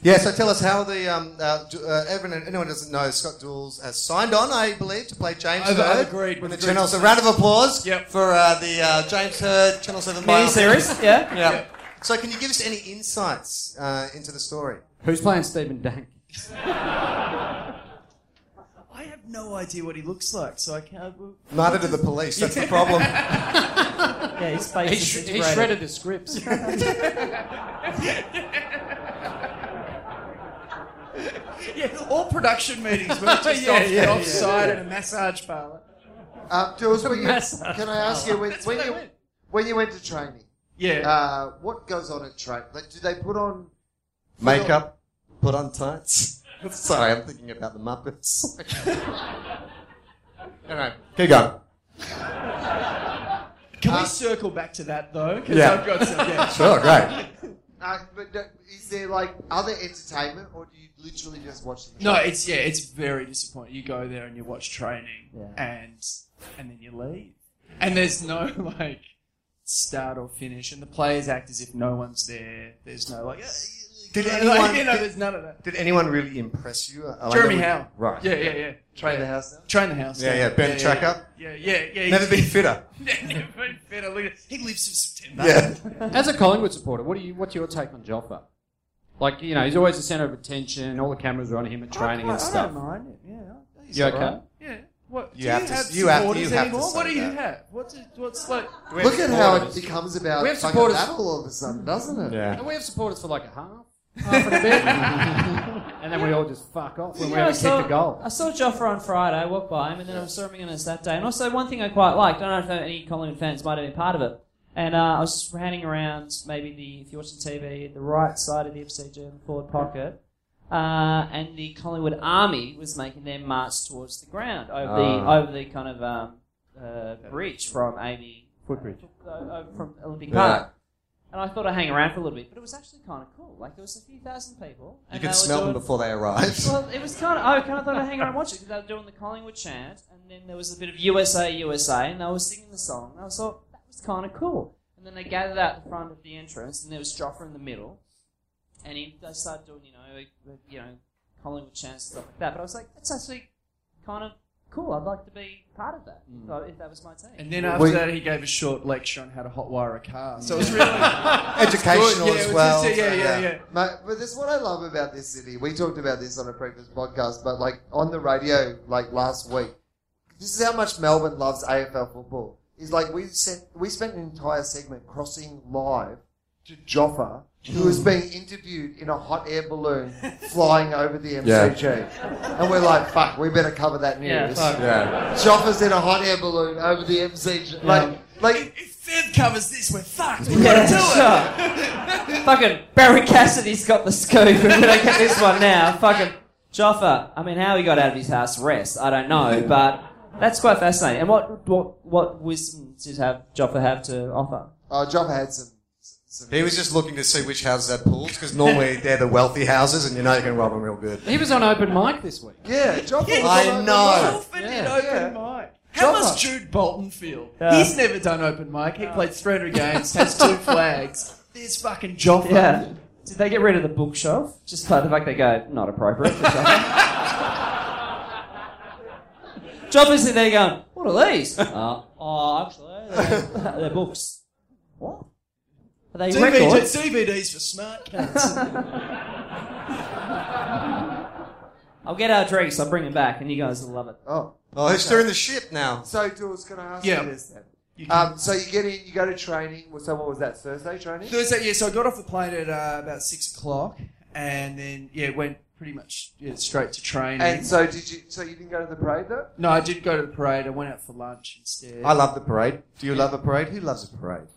F: Yeah. So tell us how the um uh, d- uh, everyone anyone who doesn't know Scott Dools has signed on, I believe, to play James
G: I've- I've
F: Hurd
G: agreed,
F: with the
G: I've agreed.
F: Channel. So round of applause
G: Yep.
F: for uh, the uh, James Hurd Channel Seven
D: Mini
F: bio-
D: series, yeah.
F: Yeah. So can you give us any insights uh, into the story?
E: Who's playing Stephen Dank?
G: I have no idea what he looks like, so I can't.
F: Neither do the police. That's the problem.
D: Yeah, his face
E: He,
D: is
E: sh- he
D: integrated.
E: shredded the scripts.
G: Yeah, all production meetings were just
E: Yeah,
G: off,
E: yeah,
G: offside at a massage parlor.
B: Um, Jules, when you,
E: Massive.
B: can I ask you when, when you when you went to training?
G: Yeah.
B: Uh, what goes on at training? Like, do they put on?
F: Makeup, put on tights. Sorry, I'm thinking about the Muppets. no, no, keep going.
G: Can we circle back to that though? 'Cause
F: Yeah.
G: I've got some. Yeah.
F: Sure, great.
B: Uh, but do- is there like other entertainment, or do you literally just watch? The
G: No, it's yeah, it's very disappointing. You go there and you watch training, and and then you leave, and there's no like start or finish, and the players act as if no one's there. There's no like,
F: Did
G: like,
F: anyone-
G: you know,
F: did-
G: there's none of that.
F: Did anyone really impress you? Uh, I like
G: Jeremy
F: that we-
G: Howe.
F: Right.
G: Yeah, yeah, yeah.
B: train the house now.
G: Train the house.
F: Yeah, yeah, Ben
G: yeah,
F: Tracker.
G: Yeah, yeah, yeah. yeah
F: Never been fitter.
G: Never been better. Look at- He lives in September.
F: Yeah.
E: As a Collingwood supporter, what do you what's your take on Joffa? Like you know, he's always the centre of attention. All the cameras are on him at training and
G: I don't
E: stuff.
G: mind it. Yeah. I- he's
E: You okay?
G: alright. Yeah. What,
F: You
G: do
F: have
G: you
F: to-
G: have
F: you have-
G: supporters
F: you have to
G: anymore?
F: say
G: what do you
F: that.
G: have? What's it, what's like?
B: Look at how it becomes about
E: We have
B: fucking
E: supporters-
B: that all of a sudden, doesn't it?
F: yeah.
E: And we have supporters for like a half, half and a bit, and then we all just fuck off when we haven't kicked a goal.
D: I saw Joffre on Friday, I walked by him, and then I saw him again us that day. And also, one thing I quite liked, I don't know if any Collingwood fans might have been part of it, and uh, I was just handing around maybe the, if you're watching TV, the right side of the FCG in the forward pocket, uh, and the Collingwood Army was making their march towards the ground over, the,
F: Ah.
D: over the kind of um, uh, bridge from Amy.
E: Footbridge.
D: Uh, uh, from Olympic
F: Yeah.
D: Park. And I thought I'd hang around for a little bit, but it was actually kind of cool. Like, there was a few thousand people.
F: You
D: and
F: could
D: they were
F: smell them
D: doing-
F: before they arrived.
D: well, it was kind of. I kind of thought I'd hang around and watch it because they were doing the Collingwood chant, and then there was a bit of USA, USA, and they were singing the song. And I thought that was kind of cool. And then they gathered out the front of the entrance, and there was Joffre in the middle, and he, they started doing, you know, like, like, you know, Collingwood chant and stuff like that. But I was like, that's actually kind of cool. I'd like to be part of that if, I, if that was my team.
G: And then after that, he gave a short lecture on how to hotwire a car. So it was really
F: Educational
G: Yeah, it was
F: as
G: just-
F: well.
G: yeah, yeah, yeah.
B: Mate, but that's what I love about this city. We talked about this on a previous podcast, but like on the radio, like last week, this is how much Melbourne loves AFL football. Is like we sent, we spent an entire segment crossing live to Joffa, who was being interviewed in a hot air balloon flying over the MCG, and we're like, "Fuck, we better cover that news."
D: Yeah, fuck.
F: Yeah.
B: Joffa's in a hot air balloon over the MCG, like, like
G: if Fev covers this, we're fucked. We've got to do it.
D: sure. Fucking Barry Cassidy's got the scoop. If we don't get this one now, fucking Joffa. I mean, how he got out of his house rest, I don't know, but that's quite fascinating. And what what what wisdom did have Joffa have to offer?
B: uh, Joffa had some. some
F: He was just looking to see which houses had pools because normally they're the wealthy houses and you know you can rob them real good.
E: He was on open mic this week.
B: yeah, Joffa. was
F: I
B: all over
F: know. Oh,
B: the
G: Dolphin
E: Yeah.
G: did open mic. How
B: Jumper.
G: must Jude Bolton feel?
D: Yeah.
G: He's never done open mic. He played 300 games, has two flags. There's fucking Joffa.
D: Yeah. Did they get rid of the bookshelf? Just by the fact they go, not appropriate for Joffa. Joffa's in there going, what are these? Uh, oh, actually, they're, they're books. What? Are they
G: DVD,
D: records?
G: DVDs for smart cats.
D: I'll get our drinks, I'll bring them back, and you guys will love it.
B: Oh,
F: Oh, he's doing the shit now.
B: so Jules, can I ask
G: Yeah.
B: you this then? Um, so you get in, you go to training. well, So what was that Thursday training?
G: Thursday, yeah, so I got off the plane at uh, about 6 o'clock and then, yeah, went pretty much yeah, straight to training.
B: And so did you? So you didn't go to the parade though?
G: no, I did go to the parade. I went out for lunch instead.
F: I love the parade. Do you love a parade? Who loves a parade?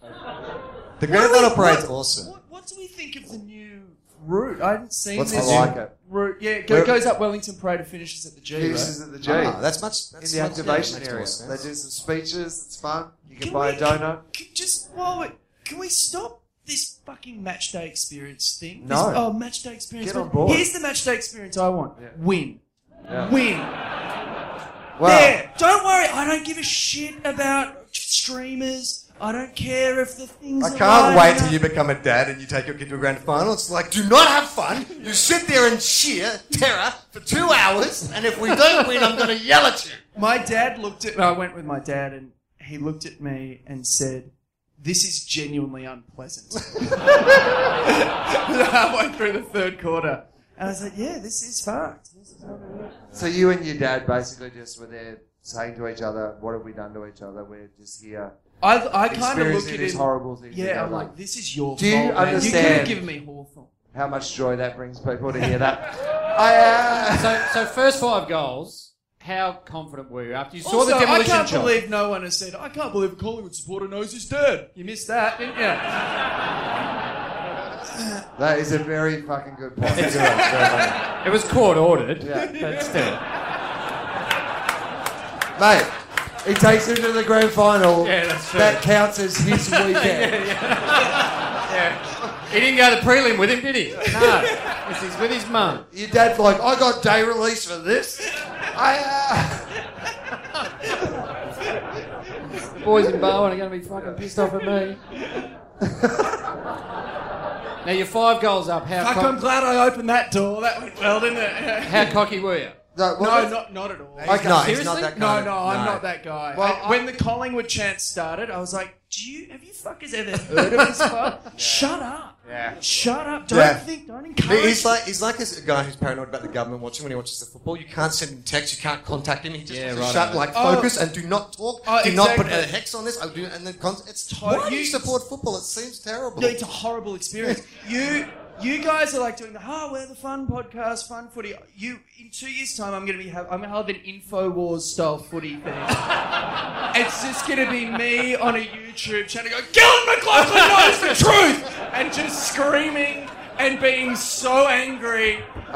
F: The Great Little Parade's
G: what-
F: awesome.
G: What, what do we think of the new route? I haven't seen
F: What's
G: this.
B: I like it.
G: route. Yeah, it go-
F: Where-
G: goes up Wellington Parade and finishes at the G. right?
B: This is at the G.
F: Ah, that's much.
B: in
F: That's
B: the
F: much-
B: activation
F: yeah, that
B: area.
F: makes more
B: They
F: sense.
B: do some speeches. It's fun. You can,
G: Can
B: buy
G: we-
B: a donut.
G: Can, just while we, can we stop this fucking match day experience thing? This-
B: No.
G: oh, match day experience.
B: Get on board.
G: Here's the match day experience I want.
B: Yeah.
G: Win.
B: Yeah.
G: Win.
B: Wow.
G: There. Don't worry. I don't give a shit about streamers. I don't care if the things.
F: I
G: are
F: can't
G: live
F: wait
G: or
F: till you
G: not.
F: become a dad and you take your kid to a grand final. It's like, do not have fun. You sit there and cheer terror for two hours, and if we don't win, I'm going to yell at you.
G: My dad looked at. I went with my dad, and he looked at me and said, "This is genuinely unpleasant." Halfway through the third quarter, and I said, "Yeah, this is fucked. This is not good."
B: So you and your dad basically just were there saying to each other, "What have we done to each other? We're just here
G: I, I kind of look
B: experiencing
G: at
B: these
G: it.
B: horrible things."
G: Yeah,
B: together."
G: I'm like, this is your
B: Do you
G: fault. man. You could have
B: understand?
G: given me Hawthorne.
B: how much joy that brings people to hear that. I. Uh,
E: So, so first five goals. how confident were you after you saw
G: Also,
E: the
G: I
E: demolition
G: can't
E: job?
G: believe no one has said, I can't believe a Collingwood supporter knows his dad. You missed that, didn't you?
B: That is a very fucking good point.
E: it was court ordered,
B: Yeah.
E: but still.
B: Mate, he takes him to the grand final.
E: Yeah, that's true.
B: That counts as his weekend.
E: He didn't go to prelim with him, did he? No, because he's with his mum.
B: Your dad's like, I got day release for this. I, uh,
E: The boys in Barwon are going to be fucking pissed off at me. now you're five goals up. How,
G: Fuck, I'm
E: co-
G: glad I opened that door. That went well, didn't it?
E: how cocky were you?
B: uh, no, what
G: no,
B: was-
G: not, not at all.
F: He's
B: Okay.
F: not, he's
E: Seriously?
F: not that
G: No,
F: kind
G: no,
F: of-
G: I'm
F: no.
G: not that guy.
B: Well,
G: I- when the Collingwood chant started, I was like, "Do you have you fuckers ever heard of this fuck? Shut up!
B: Yeah.
G: Shut up! Don't
F: Yeah.
G: think, don't
F: He-
G: encourage."
F: He's like he's like this guy who's paranoid about the government watching when he watches the football. You can't send him text, you can't contact him. He just
E: Yeah,
F: has to
E: right,
F: shut
E: right.
F: like
G: Oh.
F: focus and do not talk.
G: Oh,
F: do not put
G: exactly.
F: a hex on this. I do and then con- it's
G: Tot-
F: why do you
G: you-
F: support football? It seems terrible.
G: No, it's a horrible experience. you you guys are like doing the oh we're the fun podcast, fun footy. You in two years' time, I'm gonna be have, I'm gonna have an Infowars style footy thing. it's just gonna be me on a YouTube channel going, Gillan McLaughlin knows the truth, and just screaming. And being so angry, and, and,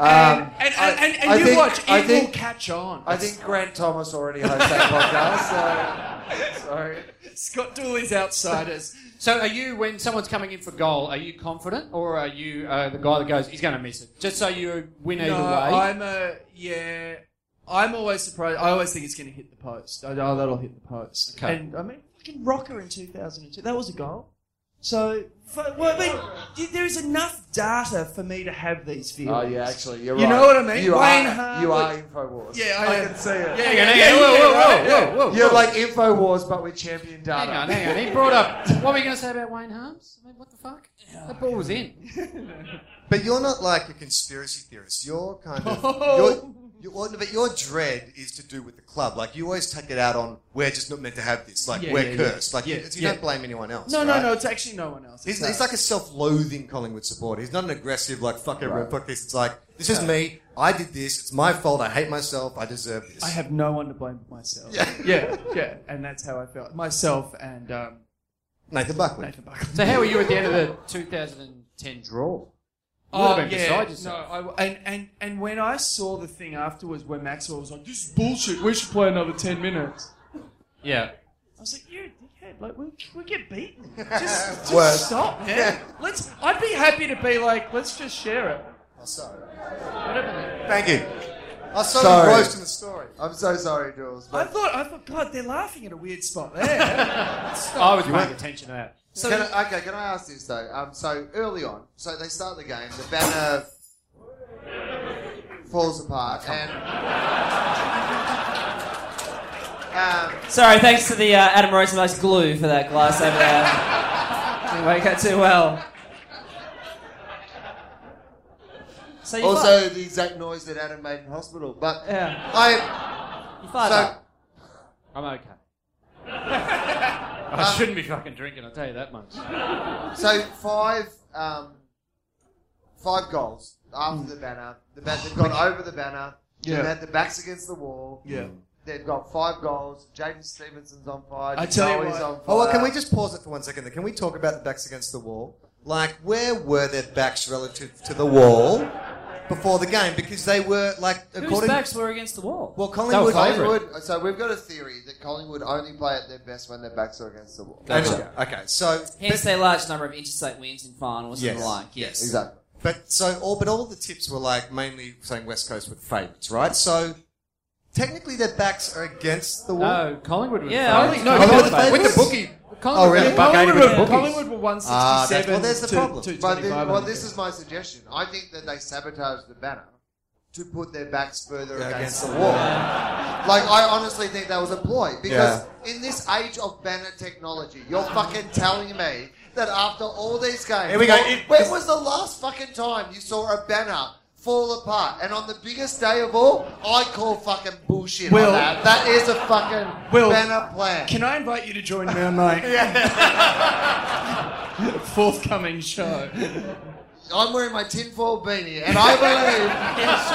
B: I-
G: and, and,
B: Um, I
G: you
B: think-
G: watch, it
B: I
G: will
B: think-
G: catch on.
B: I think Grant Thomas already hosts that podcast. So, sorry.
G: Scott Dooley's outsiders.
E: So are you, when someone's coming in for goal, are you confident or are you uh, the guy that goes, he's going to miss it? Just so you win either
G: no,
E: way.
G: I'm a yeah. I'm always surprised. I always think it's going to hit the post. I, oh, that'll hit the post.
E: Okay.
G: And I mean, fucking rocker in 2002. That was a goal. So, fu- well, I mean, y- there is enough data for me to have these feelings.
B: Oh, yeah, actually, you're
G: You
B: right.
G: know what I mean?
B: You
G: Wayne
B: are, you are
G: Harwood.
B: InfoWars.
G: Yeah,
B: I,
G: I am.
B: can see it.
G: Yeah,
E: Hang on, hang on,
G: yeah,
E: whoa,
G: yeah,
E: whoa,
G: right,
E: whoa,
G: yeah.
E: whoa, whoa.
B: You're like InfoWars, but with champion data.
E: Hang on, hang on. He brought up, what were you going to say about Wayne Harms? I mean, what the fuck? That ball was in.
F: But you're not like a conspiracy theorist. You're kind of. You're, you well, no, but your dread is to do with the club. Like you always take it out on we're just not meant to have this. Like
G: Yeah,
F: we're
G: yeah,
F: cursed. Like
G: yeah,
F: you, you
G: yeah.
F: don't blame anyone else.
G: No,
F: right?
G: no, no. It's actually no one else.
F: He's,
G: It's
F: he's like a self-loathing Collingwood supporter. He's not an aggressive like fuck everyone, fuck this. It's like this is me. I did this. It's my fault. I hate myself. I deserve this.
G: I have no one to blame but myself. Yeah, yeah, yeah. And that's how I felt. Myself and um,
F: Nathan Buckley.
G: Nathan Buckley.
E: So how were you at the end of the 2010 draw? You would have been beside yourself.
G: Oh, No, I w and, and, and when I saw the thing afterwards where Maxwell was like, this is bullshit, we should play another 10 minutes.
E: Yeah.
G: I was like, you're a dickhead. Like, we, we get beaten. Just, just
F: Worse.
G: stop, man. Let's, I'd be happy to be like, let's just share it.
F: Oh, sorry.
G: Whatever.
F: Thank you. I was so
B: Sorry.
F: engrossed in the story.
B: I'm so sorry, Jules.
G: I
B: But
G: thought, I thought, God, they're laughing at a weird spot there.
E: I was paying attention to that.
B: so can I, okay, can I ask this though? Um, so early on, so they start the game. The banner falls apart, and um,
D: Sorry, thanks to the uh, Adam Rosenberg's glue for that glass over there. Didn't work out too well. So you
B: also the exact noise that Adam made in hospital. But
D: fart- yeah,
B: I
D: you fired
B: so
D: up.
E: I'm okay. I shouldn't be fucking drinking, I'll tell you that much.
B: so five um, five goals after the banner. The ban- they've gone over the banner. Yeah.
G: Yeah.
B: They've had the backs against the wall.
G: yeah.
B: They've got five goals. Jaden Stevenson's on fire.
G: I tell you
B: Joey's
G: what-
B: on fire.
F: Oh, well, can we just pause it for one second? Then? Can we talk about the backs against the wall? Like, where were their backs relative to the wall before the game? Because they were like,
D: Whose
F: according
D: backs were against the wall?
F: well,
E: They
F: Collingwood.
E: were favourite.
B: Collingwood. So we've got a theory that Collingwood only play at their best when their backs are against the wall.
F: Okay, okay, so
D: Hence their large number of interstate wins in finals and
F: Yes.
D: the like. Yes.
B: Exactly.
F: But so all, but all the tips were like mainly saying West Coast were the favourites, right? So technically their backs are against the wall.
E: No, Collingwood was
D: Yeah, I think-
E: no,
D: Oh,
E: Collingwood
F: they
E: was
F: were the
E: favourites.
F: favourites?
E: With the bookie. Collingwood
F: Oh, really?
E: was the
G: Collingwood,
E: favourites.
G: were, Collingwood were 167
F: Ah, that's- well, there's the
G: to-
F: problem.
G: to
B: But this,
G: 25, I
B: well,
G: think.
B: this is my suggestion. I think that they sabotaged the banner to put their backs further
F: Yeah,
B: against,
F: against
B: the
F: the
B: wall. Like, I honestly think that was a ploy because in this age of banner technology, you're fucking telling me that after all these games,
F: Here we go.
B: Well,
F: It-
B: when
F: this-
B: was the last fucking time you saw a banner? Fall apart, and on the biggest day of all, I call fucking bullshit
G: Will.
B: on that. That is a fucking
G: Will.
B: banner plan.
G: Can I invite you to join me on my forthcoming show?
B: I'm wearing my tinfoil beanie, and I believe
D: Yeah,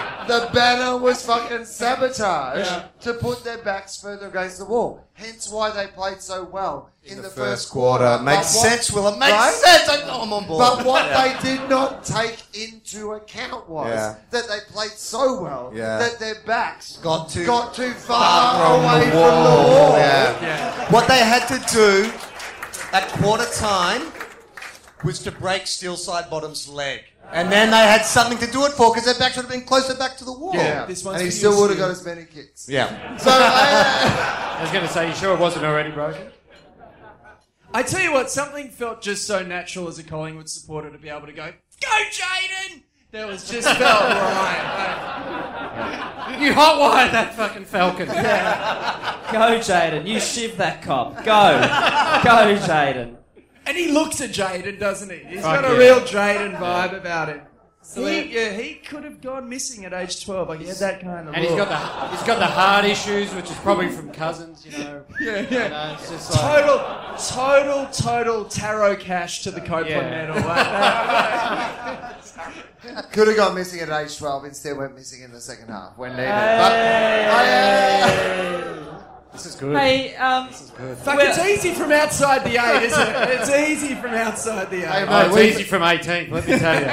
D: sure.
B: The banner was fucking sabotaged to put their backs further against the wall. Hence why they played so well in,
F: the first quarter. Makes
B: But what-
F: sense, Will. It makes
B: Right?
F: sense. I, I'm on board.
B: But what they did not take into account was
F: Yeah.
B: that they played so well
F: Yeah.
B: that their backs
F: Got to-
B: got too
F: far
B: far away from the
F: wall.
B: wall.
F: Yeah. What they had to do at quarter time was to break Steel Side Bottom's leg. And then they had something to do it for because their backs would have been closer back to the wall.
B: Yeah.
G: This one's
B: and he
G: for you,
B: still would have
G: Steve.
B: got as many kicks.
F: Yeah.
B: So uh, I,
E: I was going to say, you sure it wasn't already broken?
G: I tell you what, something felt just so natural as a Collingwood supporter to be able to go, "Go, Jaden!" That was just felt right.
E: You hotwired that fucking Falcon.
D: Go, Jaden. You shiv that cop. Go. Go, Jaden.
G: And he looks at Jaden, doesn't he? He's
E: Fuck
G: got a
E: yeah.
G: real Jaden vibe about him.
D: then-
G: He, yeah, he could have gone missing at age 12. Like, he had that kind of
E: And he's
G: look.
E: got the he's got the heart issues, which is probably from cousins, you know.
G: Yeah,
E: You
G: yeah.
E: know, it's just like,
G: Total, total, total tarot cash to the Copeland
E: Uh, Yeah.
G: medal. Like,
B: could have gone missing at age 12, instead went missing in the second half when needed.
E: this is good.
D: Hey, um,
G: no. Fuck, it's easy from outside the eight, isn't it? It's easy from outside the
B: Hey,
G: eight.
B: mate,
E: Oh, it's
B: we-
E: easy from 18, let me tell you.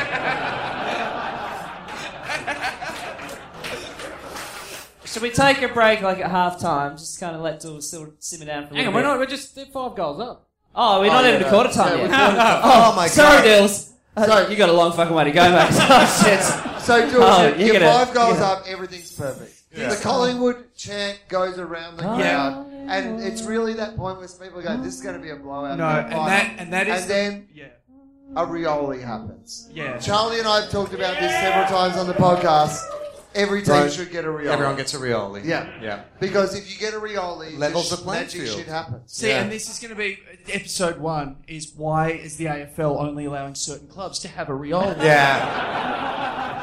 D: should we take a break like at half time? Just kind of let Dill still simmer down for a
E: Hang
D: little
E: on, we're
D: bit.
E: not, we're just they're five goals up.
D: Oh, we're not
B: yeah,
D: even
B: no.
D: a quarter time
B: Yeah,
D: yet.
B: we're quarter time.
F: Oh, my
D: Sorry,
F: God.
D: Dills.
B: So-
D: you got a long fucking way to go, mate. oh, shit.
B: So, George,
D: Oh,
B: you're,
D: you're gonna-
B: five goals
D: you're gonna-
B: up, everything's perfect. The Collingwood chant goes around the
D: Oh.
B: crowd, and it's really that point where people go, "This is going to be a blowout."
G: No, and that, and that is.
B: And then
G: the- yeah.
B: a Rioli happens.
G: Yeah.
B: Charlie and I have talked about this several times on the podcast. Every team
F: Right.
B: should get a Rioli.
F: Everyone gets a Rioli.
B: Yeah.
F: Yeah.
B: because if you get a Rioli,
F: Levels
B: just
F: the playing
B: magic
F: field.
B: shit happens.
G: See,
F: Yeah.
G: and this is going to be episode one is why is the AFL only allowing certain clubs to have a Rioli?
F: Yeah.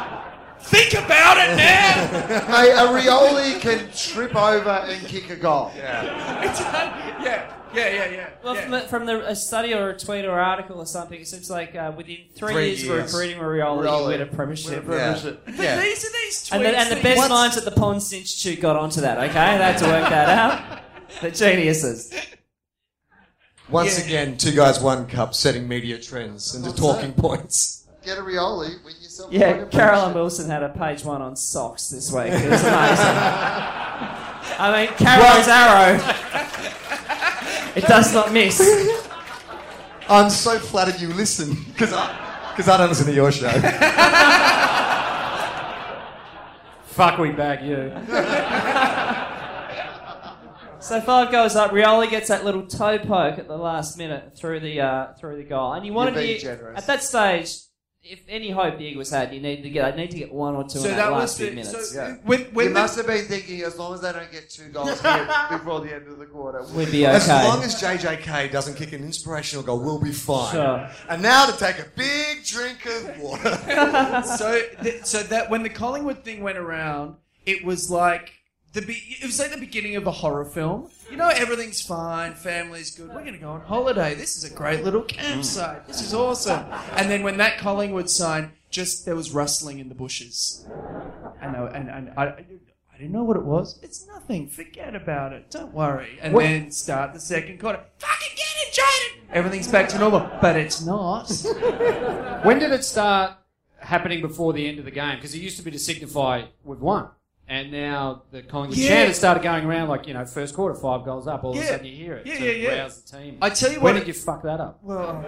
G: Think about it now!
B: Mate, a Rioli can trip over and kick a goal.
G: It's un- yeah, yeah, yeah, yeah.
D: Well,
G: yeah.
D: from, the, from the, a study or a tweet or article or something, it seems like uh, within three,
F: Three
D: years, we're
F: years.
D: recruiting Mariola
B: Rioli.
D: to win a premiership.
B: Win a
F: Yeah.
B: premiership.
G: But these are these tweets.
D: And the, and the
G: that-
D: best
G: What's-
D: minds at the Ponds Institute got onto that, okay? They had to work that out. The geniuses.
F: Once
G: Yeah.
F: again, two guys, one cup, setting media trends and the talking points.
B: Get a Rioli, win yourself. a
D: Yeah,
B: fucking
D: Caroline
B: premiership.
D: Wilson had a page one on socks this week. It was amazing. I mean, Caroline's arrow. It does not miss.
F: I'm so flattered you listen because I, because I don't listen to your show.
E: Fuck, we bag you.
D: So five goes up. Rioli gets that little toe poke at the last minute through the uh, through the goal, and you wanted
B: being
D: to
B: generous.
D: at that stage. If any hope the Eagles had, you needed to get. I need to get one or two
G: So
D: in
G: that,
D: that,
G: was
D: last few
G: the.
D: minutes.
G: So
B: yeah.
G: when,
B: We
G: when the,
B: must have been thinking, as long as they don't get two goals here before the end of the quarter,
D: We'd be okay.
F: As long as JJK doesn't kick an inspirational goal, we'll be fine.
D: Sure.
F: And now to take a big drink of water.
G: so th- so that when the Collingwood thing went around, it was like the be- it was like the beginning of a horror film. You know, everything's fine, family's good. We're going to go on holiday. This is a great little campsite. This is awesome. And then when that Collingwood sign, just there was rustling in the bushes. And I, and, and I, I didn't know what it was. It's nothing. Forget about it. Don't worry. And then start the second quarter. Fucking get it, Jaden. Everything's back to normal, but it's not.
E: When did it start happening before the end of the game? Because it used to be to signify we've won. And now the Collingwood
G: Yeah.
E: chant has started going around like, you know, first quarter, five goals up. All of
G: Yeah.
E: a sudden you hear it.
G: Yeah,
E: to
G: yeah, yeah.
E: rouse the team.
G: I tell you
E: when
G: what-
E: did you fuck that up?
G: Well,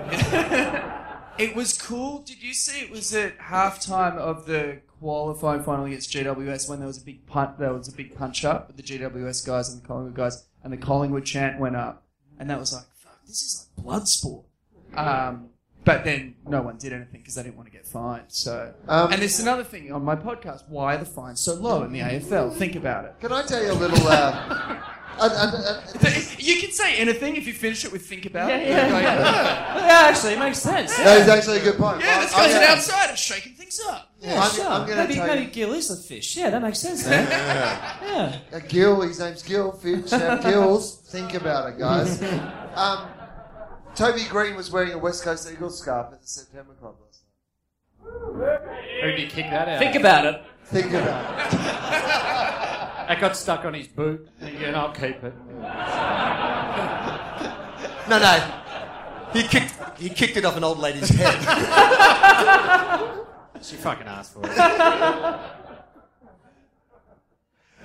G: it was cool. Did you see it was at halftime of the qualifying final against GWS when there was a big punt? There was a big punch up with the GWS guys and the Collingwood guys, and the Collingwood chant went up, and that was like, "Fuck, this is like blood sport." Um, but then no one did anything because they didn't want to get fined. So,
B: Um,
G: and it's another thing on my podcast: why are the fines so low in the AFL? Think about it.
B: Can I tell you a little? Uh, a, a, a,
G: You can say anything if you finish it with "think about
D: yeah,
G: it."
D: yeah,
G: Like,
D: yeah. yeah, actually, it makes sense.
B: that is actually a good point.
G: Yeah, this guy's an outsider shaking things up.
B: Yeah, I'm,
D: Sure.
B: I'm going to
D: maybe,
B: tell
D: maybe
B: you.
D: Gill is the fish. Yeah, that makes sense. Then. yeah.
B: Uh, Gil, his name's Gil, Fitch, now Gills. Think about it, guys. Um, Toby Green was wearing a West Coast Eagles scarf at the September Club last night.
E: Who did you kick that out?
D: Think about it.
B: Think about it.
E: That got stuck on his boot. Again, I'll keep it.
F: No, no. He kicked, he kicked it off an old lady's head. she fucking asked for it.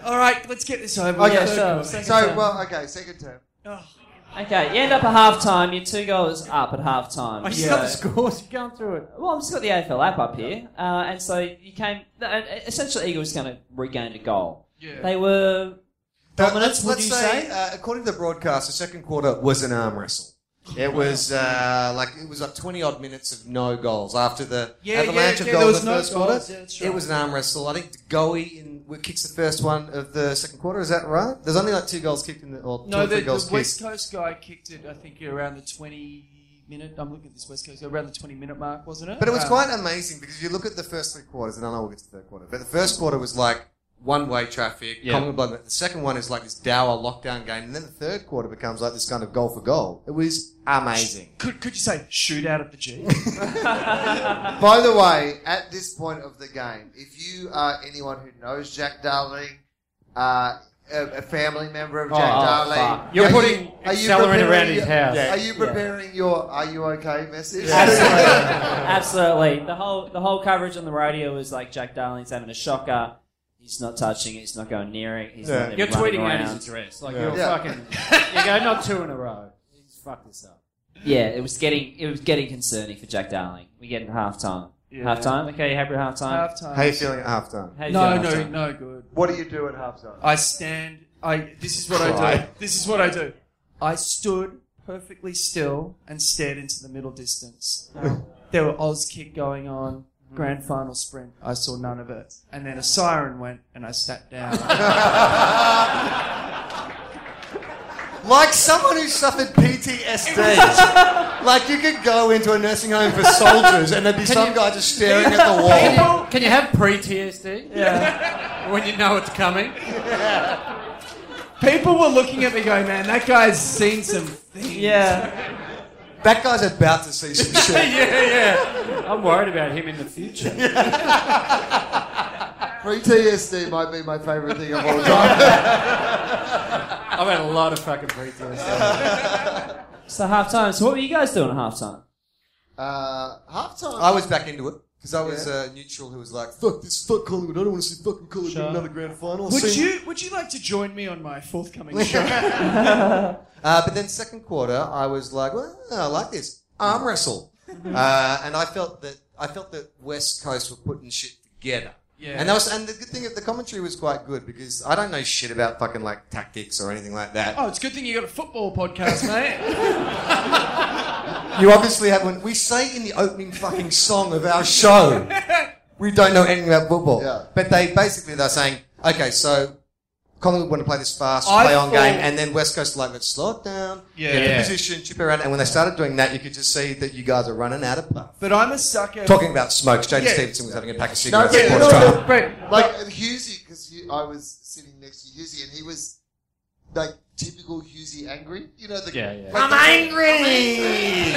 G: All right, let's get this over
B: Okay,
G: with.
D: so- second
B: So,
D: term.
B: well, okay, second term.
D: Okay, you end up at half time. You're two goals up at half
G: Oh,
D: time.
E: I just got the scores. You're going through it.
D: Well, I've just got the AFL app up here, uh, and so you came. and Essentially, Eagles going to regain a goal. Yeah. They were
F: let's,
D: dominant. would
F: let's
D: you
F: say,
D: say?
F: Uh, according to the broadcast, the second quarter was an arm wrestle. It was uh, like it was like twenty odd minutes of no goals after the
G: Yeah,
F: avalanche
G: yeah,
F: of
G: yeah,
F: goals
G: there was
F: in the
G: no
F: first quarter.
G: goals, yeah, that's
F: It
G: right.
F: was an arm wrestle. I think Goey in, kicks the first one of the second quarter. Is that right? There's only like two goals kicked in the or two
G: No,
F: or three
G: the,
F: goals
G: the West
F: kicked.
G: Coast guy kicked it. I think around the twenty minute. I'm looking at this West Coast around the twenty minute mark, wasn't it?
F: But it was
G: Um,
F: quite amazing because if you look at the first three quarters, and I know we'll get to the third quarter, but the first quarter was like one way traffic,
E: Yeah.
F: common blood. The second one is like this dour lockdown game, and then the third quarter becomes like this kind of goal for goal. It was amazing.
G: Could, could you say shoot out at the G?
B: By the way, at this point of the game, if you are anyone who knows Jack Darling, uh, a, a family member of
E: Oh,
B: Jack
E: oh,
B: Darling,
E: fuck. You're putting accelerant around
B: preparing
E: his
B: your-
E: house.
B: Are you preparing your "Are you okay" message?
D: Absolutely. The whole the whole coverage on the radio was like Jack Darling's having a shocker. He's not touching it. He's not going near it. He's
F: Yeah.
D: not even
E: You're
D: running
E: tweeting out
D: around.
E: his address. Like, you're
B: Yeah.
E: fucking. You go, not two in a row. He's fucked this up.
D: Yeah, it was getting it was getting concerning for Jack Darling. We get into half time. Half time. Okay, you happy with half time?
G: Half time.
F: How are you feeling at halftime?
G: No, no, no good.
B: what do you do at halftime?
G: I stand. I. This is what I do.
F: Cry.
G: This is what I do. I stood perfectly still and stared into the middle distance. there were Oz kick going on.
E: Mm-hmm.
G: Grand final sprint. I saw none of it. And then a siren went, and I sat down.
F: Like someone who suffered PTSD. like you could go into a nursing home for soldiers and there'd be some guy just staring at the wall.
E: Can you have pre TSD?
G: yeah.
E: When you know it's coming?
G: People were looking at me, going, "Man, that guy's seen some things."
D: Yeah,
F: That guy's about to see some shit.
E: yeah, yeah. I'm worried about him in the future.
B: Pre TSD might be my favorite thing of all time.
E: I've had a lot of fucking pre TSD.
D: so half time. So what were you guys doing at half time?
B: uh, halftime.
F: I was back into it because I was uh, neutral who was like, fuck this, fuck Collingwood, I don't want to see fucking Collingwood in another grand final. I've
G: Would
F: seen-
G: you Would you like to join me on my forthcoming show?
F: Uh, but then second quarter, I was like, well, I like this arm wrestle, uh, and I felt that I felt that West Coast were putting shit together.
G: Yeah.
F: And that was, and the good thing, the commentary was quite good because I don't know shit about fucking like tactics or anything like that.
G: Oh, it's a good thing you got a football podcast, mate.
F: You obviously haven't. We say in the opening fucking song of our show, we don't know anything about football.
B: Yeah.
F: But they basically they're saying, okay, so Collingwood want to play this fast,
G: I
F: play on
G: thought-
F: game, and then West Coast are like let's slow it down,
G: Yeah.
F: get in
E: Yeah.
F: position, chip it around, and when they started doing that, you could just see that you guys are running out of puff.
G: But I'm a sucker.
F: Talking about smoke, Jaden
G: Yeah.
F: Stevenson was having a pack of cigarettes.
B: yeah,
F: at
B: no,
F: quarter
B: no,
F: time.
G: Right.
B: like Husey, because I was sitting next to Husey, and he was like typical Husey angry. You know the
E: Yeah, yeah.
B: I'm angry.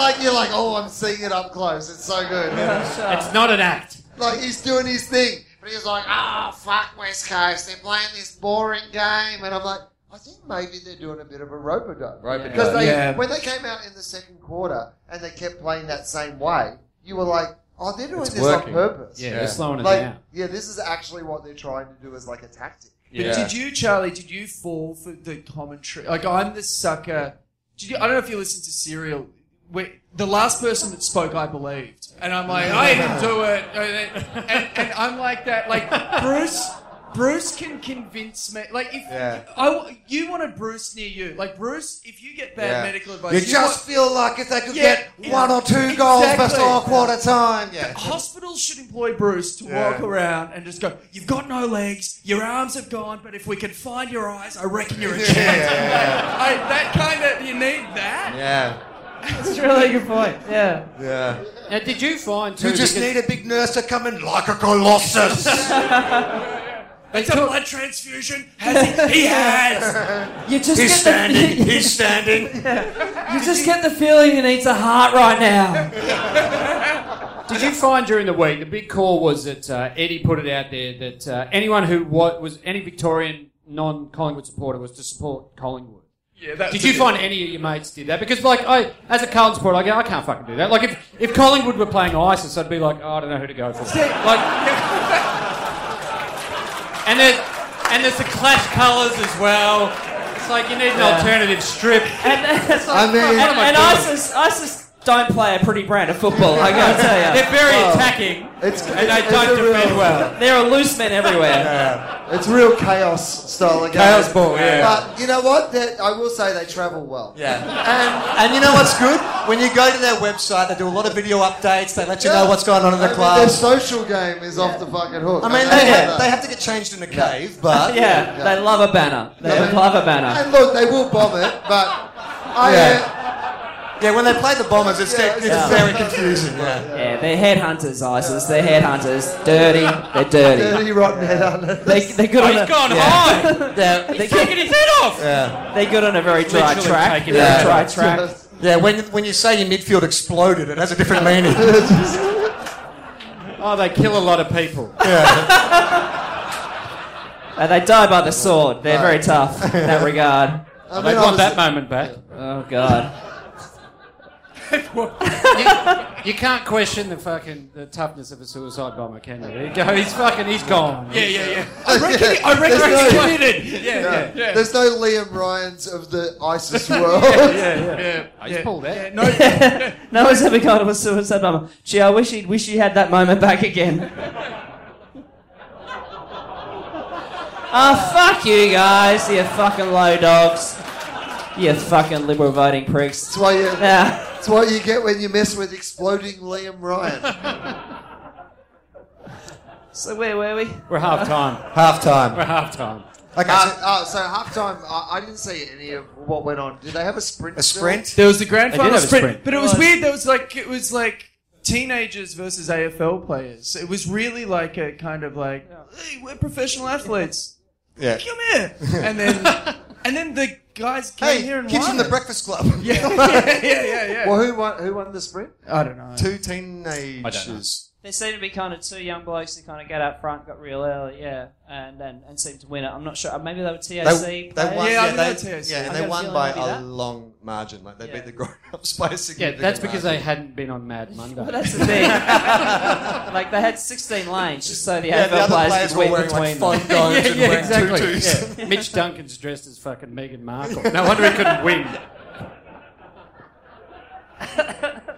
B: like you're like, oh, I'm seeing it up close. It's so good.
E: It's not an act.
B: Like he's doing his thing, but he's like, ah, fuck West Coast. They're playing this boring game, and I'm like, I think maybe they're doing a bit of a rope a dope.
F: Right, but-
B: Because they,
G: Yeah.
B: when they came out in the second quarter and they kept playing that same way, you were like, oh, they're doing
F: It's
B: this
F: working.
B: on purpose.
E: Yeah, they're slowing it
B: Like,
E: down.
B: yeah, this is actually what they're trying to do as like a tactic.
G: But
F: Yeah.
G: did you, Charlie? Did you fall for the commentary? Like I'm the sucker. Did you, I don't know if you listened to Serial. Where, the last person that spoke, I believed, and I'm like, I didn't do it. And, and I'm like that. Like Bruce. Bruce can convince me. Like if
F: Yeah.
G: I w you wanted Bruce near you, like Bruce, if you get bad
F: Yeah.
G: medical advice,
F: You
G: you
F: just
G: want-
F: feel like if they could
G: Yeah,
F: get one or two
G: exactly.
F: goals before quarter time, yeah.
G: Hospitals should employ Bruce to
F: Yeah.
G: walk around and just go, You've got no legs, your arms have gone, but if we can find your eyes, I reckon you're a champ.
F: Yeah.
G: I, that kind of, you need that?
F: Yeah,
D: That's a really good point. Yeah.
F: yeah.
E: Now, did you find too?
F: You just
E: because-
F: need a big nurse to come in like a colossus.
G: It's a blood transfusion. Has he, he has.
D: You just
F: He's
D: get the,
F: standing. He's standing.
D: you just get the feeling he needs a heart right now.
E: Did you find during the week the big call was that uh, Eddie put it out there that uh, anyone who wa- was any Victorian non-Collingwood supporter was to support Collingwood?
H: Yeah, that's
E: Did you
H: it.
E: find any of your mates did that? Because like I, as a Carlton supporter, I go, I can't fucking do that. Like if, if Collingwood were playing ISIS, I'd be like, oh, I don't know who to go for. Like, and there's and there's the clash colours as well. It's like you need an alternative strip.
D: And, that's like,
F: I mean-
D: and,
E: What am I
D: and
E: doing?
D: ISIS, ISIS don't play a pretty brand of football, I gotta tell you.
E: They're very attacking,
B: It's,
E: and they
B: it's,
E: don't
B: it's, a
E: defend
B: real,
E: well.
D: There are loose men everywhere.
B: it's real chaos style of game.
F: Chaos ball, yeah.
B: But you know what? They- I will say they travel well.
F: Yeah. And, and you know what's good? When you go to their website, they do a lot of video updates. They let you know what's going on in
B: I
F: the
B: mean,
F: clubs.
B: Their social game is off the fucking hook.
F: I mean,
B: love
F: they, have,
B: that.
F: they have to get changed in a cave, but
D: Yeah, they love a banner. They
B: Yeah.
D: love a banner.
B: And look, they will bomb it, but I, uh,
F: Yeah. yeah, when they play the Bombers, it's,
B: Yeah,
F: it's
B: yeah.
F: very confusing. Yeah.
D: Yeah, they're headhunters, ISIS. They're headhunters. Dirty. They're
B: uh,
D: dirty.
B: dirty rotten head on
D: They, they're good
E: Oh,
D: on
E: he's
D: a,
E: gone high.
D: they're, they're,
E: He's taking
D: good,
E: his head off.
F: Yeah.
D: they're good on a very dry
E: Literally
D: track.
E: taking
D: Very
F: it.
D: dry track.
F: Yeah, when, when you say your midfield exploded, it has a different meaning.
E: Oh, they kill a lot of people.
D: And they die by the sword. They're very tough in that regard.
B: I
E: They
B: mean,
E: want that
B: obviously-
E: moment back.
D: Oh, God.
E: You can't question the fucking the toughness of a suicide bomber, can you? You go, he's fucking, he's gone.
H: Yeah, yeah, yeah.
B: I reckon there's, no,
E: committed. Yeah, yeah, yeah.
B: there's no Liam Ryans of the ISIS world.
H: Yeah,
E: I just
H: yeah.
E: Oh, pulled out.
H: No, yeah,
D: No one's ever gone to a suicide bomber. Gee, I wish he'd wish he had that moment back again. Ah, fuck you guys, you fucking low dogs. You fucking liberal voting pricks.
B: That's why you.
D: Yeah.
B: That's what you get when you mess with exploding Liam Ryan.
D: So where were we?
E: We're half time.
F: Half time.
E: We're half time.
F: Okay,
A: Ah.
B: Uh,
F: so
B: uh, so halftime, I, I didn't see any of what went on. Did they have a sprint?
F: a
B: still?
F: sprint.
G: There was the grand
E: They did
G: final
E: have a
G: sprint,
E: sprint.
G: but it was weird. There was like it was like teenagers versus AFL players. It was really like a kind of like, hey, we're professional athletes.
F: Yeah.
G: Come here, and then and then the guys came
F: Hey,
G: here and
F: kids from
G: won.
F: the Breakfast Club.
G: yeah, yeah, yeah, yeah, yeah.
B: Well, who won? Who won the sprint?
G: I don't know.
F: Two teenagers.
D: There seemed to be kind of two young blokes who kind of got up front, got real early, yeah, and and, and seemed to win it. I'm not sure. uh, Maybe they were TAC.
F: They, they
D: players.
F: won,
G: Yeah,
F: yeah,
G: I
F: they,
G: think that's TAC.
F: yeah, and
D: I
F: they
D: got a
F: won
D: feeling
F: by
D: it'd be
F: a
D: that.
F: long margin. Like they
D: Yeah.
F: beat the grown-ups by a
E: Yeah,
F: significant
E: that's because they
F: margin.
E: hadn't been on Mad Monday.
D: Well, that's the thing. like they had 16 lanes, just so the
F: Yeah,
D: AFL
F: the other
D: players,
F: players
D: could
F: were
D: win
F: wearing like
D: between them.
F: fun goes and wearing tutus.
E: Yeah. Mitch Duncan's dressed as fucking Meghan Markle. No wonder he couldn't win.
H: Hmm.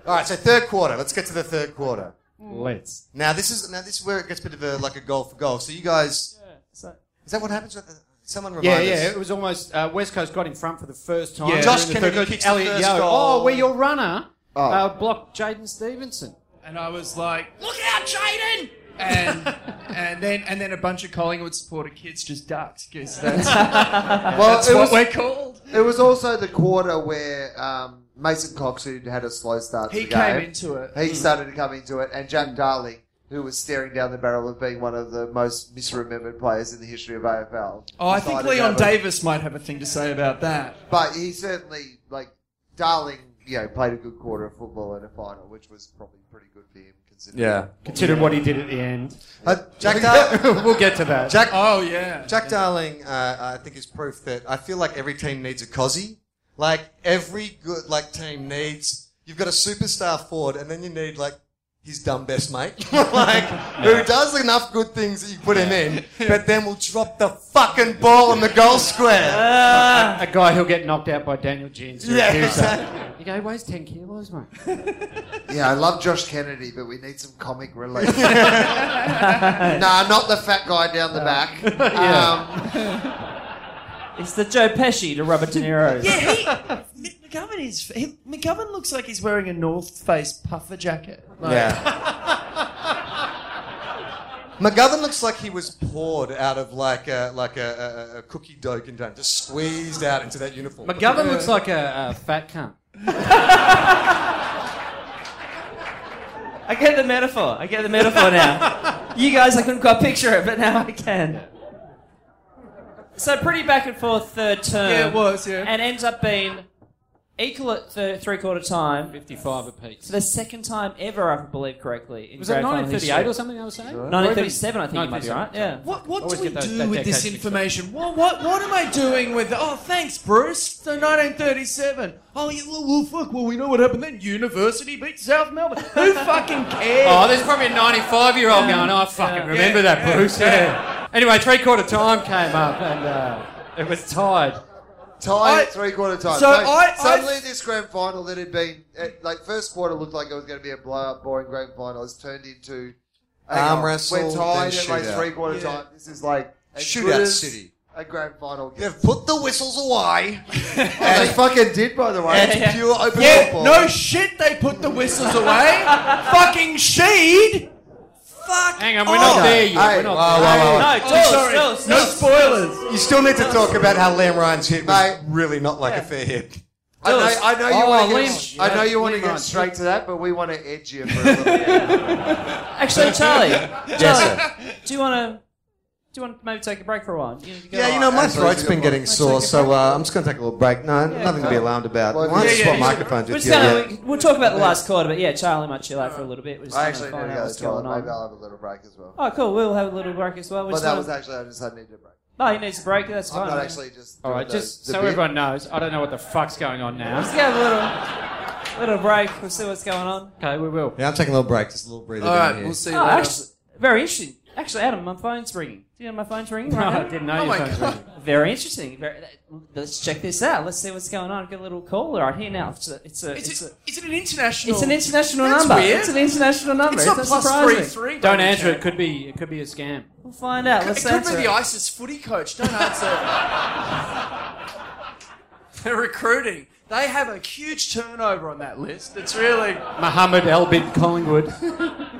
F: All right, so third quarter. Let's get to the third quarter.
E: Let's.
F: Now this is now this is where it gets a bit of a like a goal for goal. So you guys,
D: So-
F: is that what happens? With the, someone
E: Yeah,
F: remind
E: yeah.
F: us.
E: It was almost uh, West Coast got in front for the first time.
G: Yeah.
E: during
F: Josh
E: the
F: Kennedy
E: third-
F: kicks the
E: Elliot
F: first
E: Yeo.
F: goal.
E: Oh, where your runner
B: Oh.
E: uh, blocked Jaden Stevenson.
G: And I was like, look out, Jaden! And and then and then a bunch of Collingwood supporter kids just ducked because that's,
B: Well,
G: that's
B: it
G: what
B: was.
G: we're called.
B: It was also the quarter where um, Mason Cox, who had a slow start to
G: He
B: the game,
G: came into it.
B: he started to come into it, and Jack Darling, who was staring down the barrel of being one of the most misremembered players in the history of AFL.
G: Oh, I
B: decided
G: think
B: to
G: Leon
B: have a-
G: Davis might have a thing to say about that.
B: But he certainly, like, Darling, you know, played a good quarter of football in a final, which was probably pretty good for him, considering.
F: Yeah.
E: Considering what he did at the end.
F: Uh, Jack, Dar-
E: we'll get to that.
F: Jack,
G: Oh yeah.
F: Jack Darling, uh, I think is proof that I feel like every team needs a cozzy. Like every good like team needs. You've got a superstar forward, and then you need like his dumb best mate, like who does enough good things that you put him in, but then will drop the fucking ball in the goal square.
E: a guy who'll get knocked out by Daniel Jeans.
F: Yeah,
E: Yeah,
F: exactly.
E: You go, he weighs 10 kilos, mate.
B: Yeah, I love Josh Kennedy, but we need some comic relief. nah, not the fat guy down the back. Um,
D: It's the Joe Pesci to Robert De Niro.
G: Yeah, he, M- McGovern is. He, McGovern looks like he's wearing a North Face puffer jacket. Like,
F: Yeah. McGovern looks like he was poured out of like a like a, a, a cookie dough container, just squeezed out into that uniform.
E: McGovern looks like a, a fat cunt.
D: I get the metaphor. I get the metaphor now. you guys, I couldn't quite picture it, but now I can. So pretty back and forth third term.
G: Yeah, it was. Yeah.
D: And ends up being equal at th- three quarter time
E: 55 apiece.
D: for the second time ever, if I believe correctly. In
E: Was it
D: grand final
E: 1938 or
D: history.
E: something I was saying?
D: 1937, I think you might be
E: 1937,
D: right. Yeah.
B: What, what
E: Always
B: do we
E: get those-
B: do
E: that
B: with this
E: decade mixed up.
B: information? What, what, what am I doing with Oh, thanks, Bruce. So 1937. Oh, yeah, well, well, fuck. Well, we know what happened then. University beat South Melbourne. Who fucking cares?
E: Oh, there's probably a 95 year old going, oh, I fucking remember that, Bruce. Yeah. Anyway, three quarter time came up and uh, it was tied.
F: Tied
B: I-
F: at three quarter time.
B: so I- I-
F: suddenly this grand final that had been eh, like first quarter looked like it was going to be a blowout, boring grand final. It's turned into hang
G: Arm
F: on,
G: wrestle,
F: We're tied
G: then
F: at like
G: shootout.
F: three quarter
B: Yeah.
F: time. This is like as
G: Shootout
F: good as
G: city.
F: A grand final. game.
G: They've put the whistles away.
F: And they fucking did, by the way.
G: and
F: It's pure open
B: Yeah,
F: football.
B: no shit, they put the whistles away. fucking Sheed. Fuck.
E: Hang on, we're not
B: off.
E: there yet.
F: Hey,
E: we're not
G: wow,
E: there.
G: wow, wow.
D: No,
B: Oh,
D: still,
B: sorry.
D: still,
B: no
D: still.
B: spoilers.
G: You still need to talk about how Liam Ryan's hit was
F: Mate.
G: really not like a fair hit.
F: I know, I know you
E: Oh,
F: want to get,
E: Liam,
F: I know
E: yeah,
F: you want to
E: Liam
F: get
E: on.
F: straight to that, but we want to edge you for a little bit.
D: Actually, Charlie, Charlie,
G: Yes,
D: do you want to do you want to maybe take a break for a while? You, you go-
G: Yeah, you know, my
F: That's
G: throat's
F: a good
G: been
F: point.
G: getting sore,
D: take a
G: so
D: break.
G: uh, I'm just going to take a little break. No, nothing to be alarmed about.
F: Well,
G: Why
F: yeah,
G: don't you
F: yeah,
G: swap
F: you should-
G: microphones
D: We're
G: with
D: just
G: you?
D: gonna,
G: Yeah.
D: We'll talk about the last quarter, but yeah, Charlie might chill out for a little bit. We're just
F: I
D: trying
F: actually
D: to
F: need
D: find
F: to
D: out
F: go to
D: what's
F: the toilet.
D: going
F: Maybe
D: on.
F: I'll have a little break as well.
D: Oh, cool. We'll have a little break as well. We're
F: But
D: just
F: that
D: gonna-
F: was actually, I just had needed a break.
D: no, he needs a break. That's fine.
F: I'm not actually just.
E: All right,
F: doing
E: just
F: the- the
E: so
F: bit.
E: everyone knows, I don't know what the fuck's going on now.
D: Let's get a little little break. We'll see what's going on.
E: Okay, we will.
G: Yeah, I'm taking a little break, just a little breather.
I: All
G: down
I: right,
G: here.
I: we'll see you
D: Oh,
I: later.
D: actually, very interesting. Actually, Adam, my phone's ringing. Do you know my phone's ringing?
E: No,
D: Right
E: I
D: now?
E: didn't know
I: Oh
E: you
I: my
E: were
I: God.
E: going
D: Very interesting. Very, let's check this out. Let's see what's going on. Get a little call right here now. It's a, it's a,
I: Is
D: it's a,
I: it, is it an international?
D: it's an international
I: That's
D: number.
I: weird.
D: It's an international number.
I: It's not
D: That's
I: plus
D: surprising.
I: three three.
E: Don't answer. It could be. It could be a scam.
D: We'll find out.
I: It
D: Let's
I: could
D: answer
I: be
D: it.
I: the ISIS footy coach. Don't answer. it. They're recruiting. They have a huge turnover on that list. It's really.
E: Mohammed El Bin Collingwood.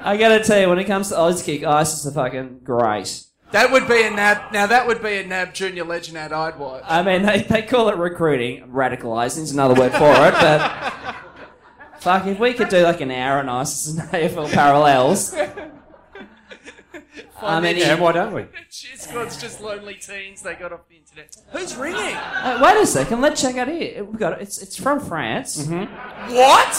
D: I gotta tell you, when it comes to Auskick, ISIS are fucking great.
I: That would be a nab. Now that would be a nab junior legend ad I'd watch.
D: I mean, they, they call it recruiting. Radicalising is another word for it, but fuck, if we could do like an hour on ISIS and AFL parallels. I mean,
E: yeah, why don't we?
I: Cheers squad's just lonely teens they got off the internet. Who's ringing?
D: uh, wait a second. Let's check out here. We got it. it's it's from France.
I: What?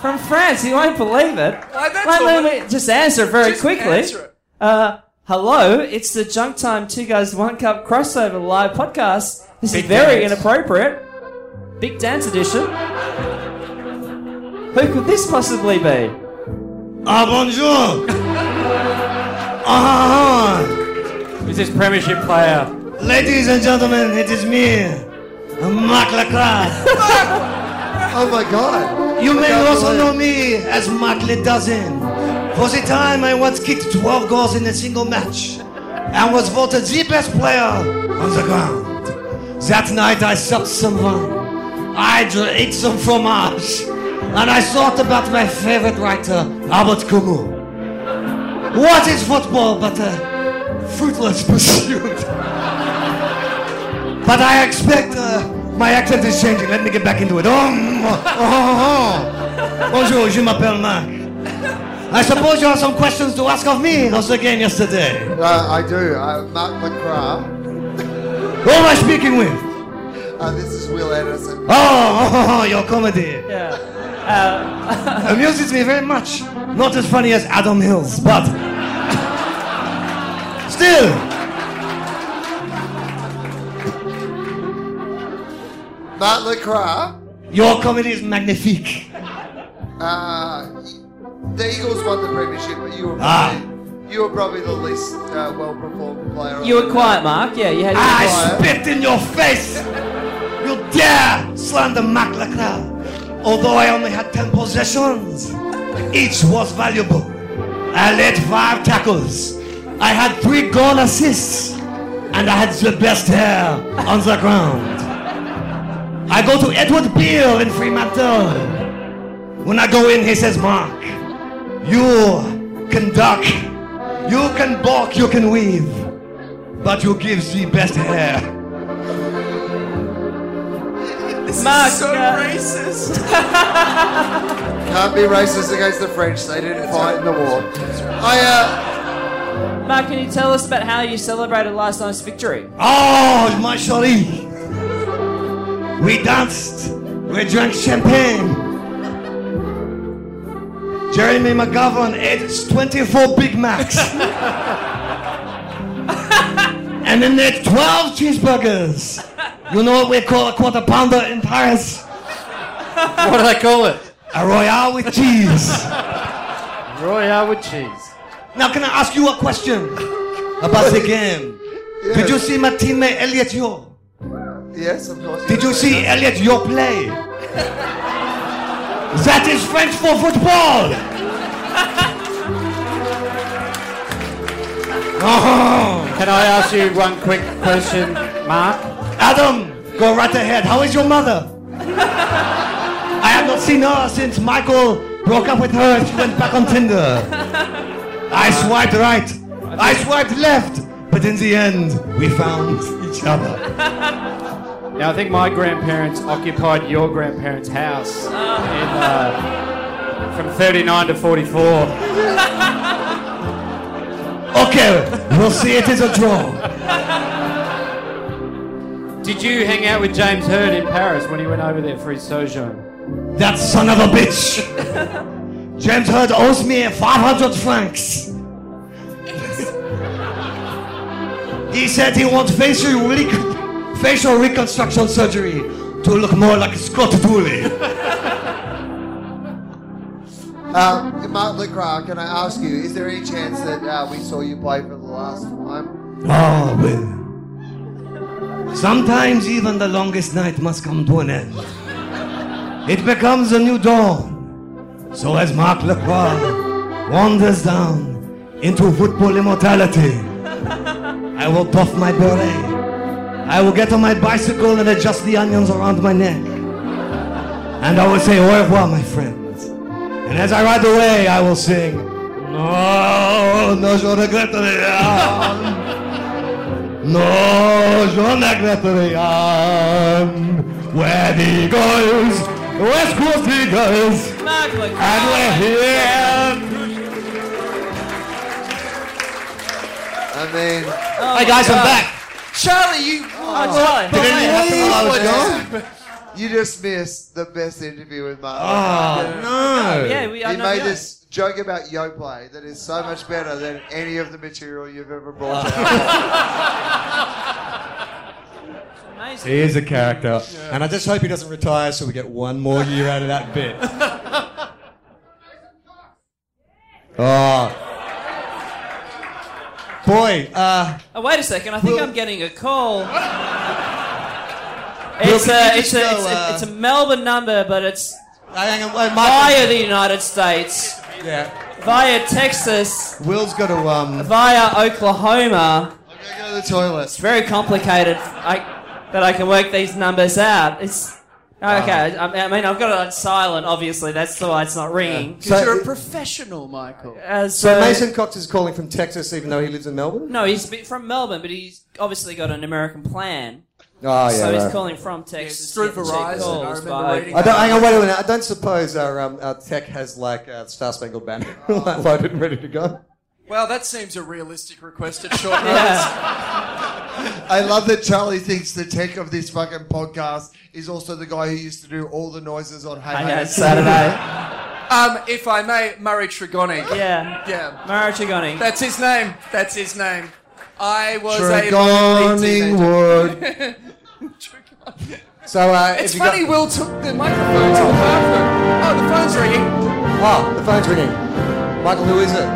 D: From France. You won't believe it.
I: Why, that's
D: Wait,
I: all
D: let
I: it-
D: me just answer very
I: Just
D: quickly.
I: answer it.
D: Uh, hello, it's the Junk Time Two Guys One Cup crossover live podcast. This
E: Big
D: is very
E: dance.
D: inappropriate. Big dance edition. Who could this possibly be?
G: Ah, bonjour! ah,
E: Is this Premiership player?
G: ladies and gentlemen, it is me, Mark Lacroix.
F: Oh my god!
G: You may
F: can't
G: also
F: believe-
G: know me as Mark Le Dozen. For the time I once kicked 12 goals in a single match and was voted the best player on the ground. That night I sucked some wine, I dr- ate some fromage, and I thought about my favorite writer, Albert Camus. What is football but a fruitless pursuit? but I expect uh, my accent is changing. Let me get back into it. Oh, mm, oh, oh, oh. Bonjour, je m'appelle Marc. I suppose you have some questions to ask of me of the game yesterday.
F: Uh, I do. Uh, Mark McCraw.
G: Who am I speaking with?
F: Uh, this is Will Anderson.
G: Oh, oh, oh, oh, your comedy amuses me very much. Not as funny as Adam Hills, but still.
F: Mark LaCroix.
G: Your comedy is magnifique.
F: Uh, the Eagles won the premiership, but you were probably,
G: Ah.
F: you were probably the least uh, well performed player. on
D: You
F: the
D: were
F: day.
D: quiet, Mark. Yeah, you had.
I: Ah,
G: I
F: Why?
G: spit in your face! You dare slander Mac Lacroix! Although I only had 10 possessions, each was valuable. I led five tackles. I had three goal assists. And I had the best hair on the ground. I go to Edward Beale in Fremantle. When I go in, he says, Mark, you can duck, you can balk, you can weave but you give the best hair.
D: Mark,
I: So
D: uh,
I: racist.
F: Can't be racist against the French. They didn't fight in the war. I
D: Mark, can you tell us about how you celebrated last night's
A: Ah.
D: victory?
G: Oh, my chérie! We danced
A: We drank champagne. Jeremy McGovern ate 24 Big Macs. and then ate 12 cheeseburgers. You know what we call a quarter pounder in Paris?
F: What do they call it?
A: A Royale with cheese.
F: Royale with cheese.
A: Now, can I ask you a question about the game? Did you see my teammate Elliot Yo?
F: Yes, of course.
A: Did you see Elliot Yo play? that is French for football! Oh,
E: Can I ask you one quick question, Mark?
A: Adam, go right ahead. How is your mother? I have not seen her since Michael broke up with her and she went back on Tinder. I swiped right, I swiped left, but in the end, we found each other.
E: Now, I think my grandparents occupied your grandparents' house in, uh, from 39 to 44.
A: Okay, we'll see it is a draw.
E: Did you hang out with James Heard in Paris when he went over there for his sojourn?
A: That son of a bitch! James Heard owes me 500 francs. he said he wants facial, rec- facial reconstruction surgery to look more like Scott Dooley.
F: Uh, Mark Lecrae, can I ask you, is there any chance that uh, we saw you play for the last time?
A: Oh, well. Sometimes even the longest night must come to an end. It becomes a new dawn. So as Marc Lacroix wanders down into football immortality, I will puff my beret. I will get on my bicycle and adjust the onions around my neck. And I will say au revoir, my friends. And as I ride away, I will sing, No, no, je regrette rien. No, John Agnetrian. Where the Eagles, West Coast Eagles,
D: Mark
A: and we're
D: Lecrae.
A: here.
F: I mean,
A: Hey guys, I'm back.
F: Charlie, you
D: Oh, Charlie.
F: you just missed the best interview with Mark.
J: Ah.
A: Oh no!
D: Yeah, we I
F: he
D: know
F: made
D: you.
F: this joke about Yoplay that is so much better than any of the material you've ever brought
J: Ah.
F: out.
D: Amazing.
J: He is a character. And I just hope he doesn't retire so we get one more year out of that bit. oh. Boy, uh,
D: Oh, wait a second. I think I'm getting a call. It's
J: Will,
D: a,
J: could you
D: it's, a,
J: just
D: it's,
J: go,
D: a,
J: uh,
D: it's a Melbourne number, but it's
J: hang on, wait,
D: via
J: Michael.
D: the United States,
J: Yeah.
D: via Texas,
J: Will's got to, um,
D: via Oklahoma.
F: I'm gonna go to the toilet.
D: It's very complicated I, that I can work these numbers out. It's
J: Ah.
D: okay. I, I mean, I've got it on silent. Obviously, that's the why it's not ringing.
B: Because
J: So-
B: you're a professional, Michael.
D: Uh,
J: so
D: so,
J: Mason Cox is calling from Texas even though he lives in Melbourne?
D: no, he's be- from Melbourne, but he's obviously got an American plan.
J: Oh, yeah.
D: so he's
J: right.
D: calling from Texas.
B: through
D: getting cheap
B: Verizon, I
D: calls
B: remember
D: by-
B: reading
J: I don't, hang on, wait a minute. I don't suppose our, um, our tech has like uh, Star Spangled Banner like, loaded and ready to go.
B: Well, that seems a realistic request at short notice.
D: Yeah.
F: I love that Charlie thinks the tech of this fucking podcast is also the guy who used to do all the noises on Hey
D: I
F: Hey
D: know, Saturday.
B: Um, if I may, Murray Tregonic.
D: Yeah.
B: Yeah.
D: Mara Chigoni.
B: That's his name. That's his name. I was a lovely
F: Dragoning
B: teenager.
F: wood.
B: Tregonic.
J: So uh,
B: It's
J: if you got-
B: funny Will took the microphone to the bathroom. Oh, the phone's ringing.
J: Oh, the phone's ringing. Michael, who is it?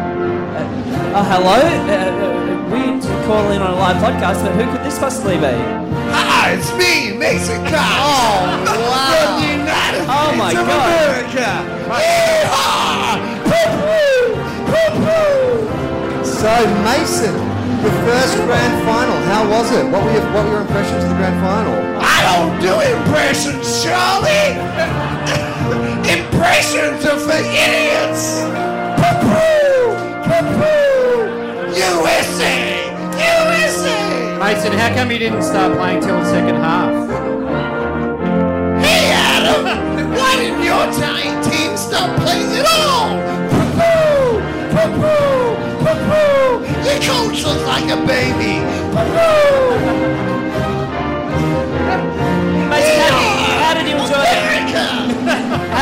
D: Oh, hello. Uh, uh, weird to call in on a live podcast, but who could this possibly be? Oh,
A: Ah, it's me, Mason Cox. Oh wow! From the United
D: Oh, my
A: States of
D: God.
A: America. Yeehaw! Poo-poo! Poo-poo!
J: So Mason, the first grand final. How was it? What were your, what were your impressions of the grand final?
A: I don't do impressions, Charlie. impressions are for idiots. Poo-poo, poo-poo. USA, USA.
E: Mason, how come you didn't start playing till the second half?
A: Hey, Adam, why didn't your Italian team stop playing at all? Poo-poo, poo-poo, poo-poo. Your coach looks like a baby. Poo-poo.
D: Mason, how, how did you enjoy it?
A: America.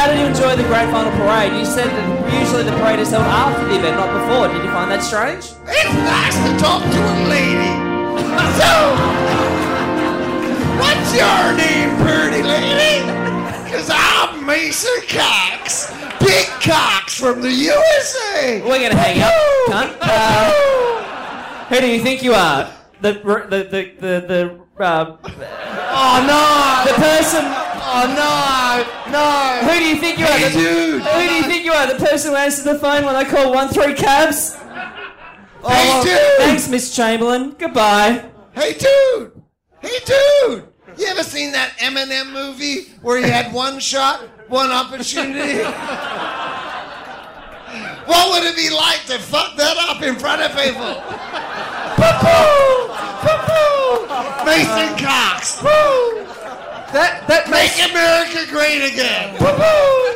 D: did you enjoy the Grand Final Parade? You said that usually the parade is held after the event, not before. Did you find that strange?
K: It's nice to talk to a lady. So, what's your name, pretty lady? Because I'm Mason Cox. Big Cox from the USA.
D: We're going to hang up, cunt. Uh, who do you think you are? The, the, the, the, the uh,
K: Oh, no.
D: The person.
K: Oh, no. No.
D: Who do you think you are?
K: Hey,
D: The-
K: dude.
D: Who do you think you are? The person who answered the phone when I called one three cabs. Oh,
K: Hey, dude.
D: Thanks, Miss Chamberlain. Goodbye.
K: Hey, dude. Hey, dude. You ever seen that Eminem movie where he had one shot, one opportunity? what would it be like to fuck that up in front of people? Poo-poo! Poo-poo! Mason Cox! Woo! That, that Make America great again! Poo-poo!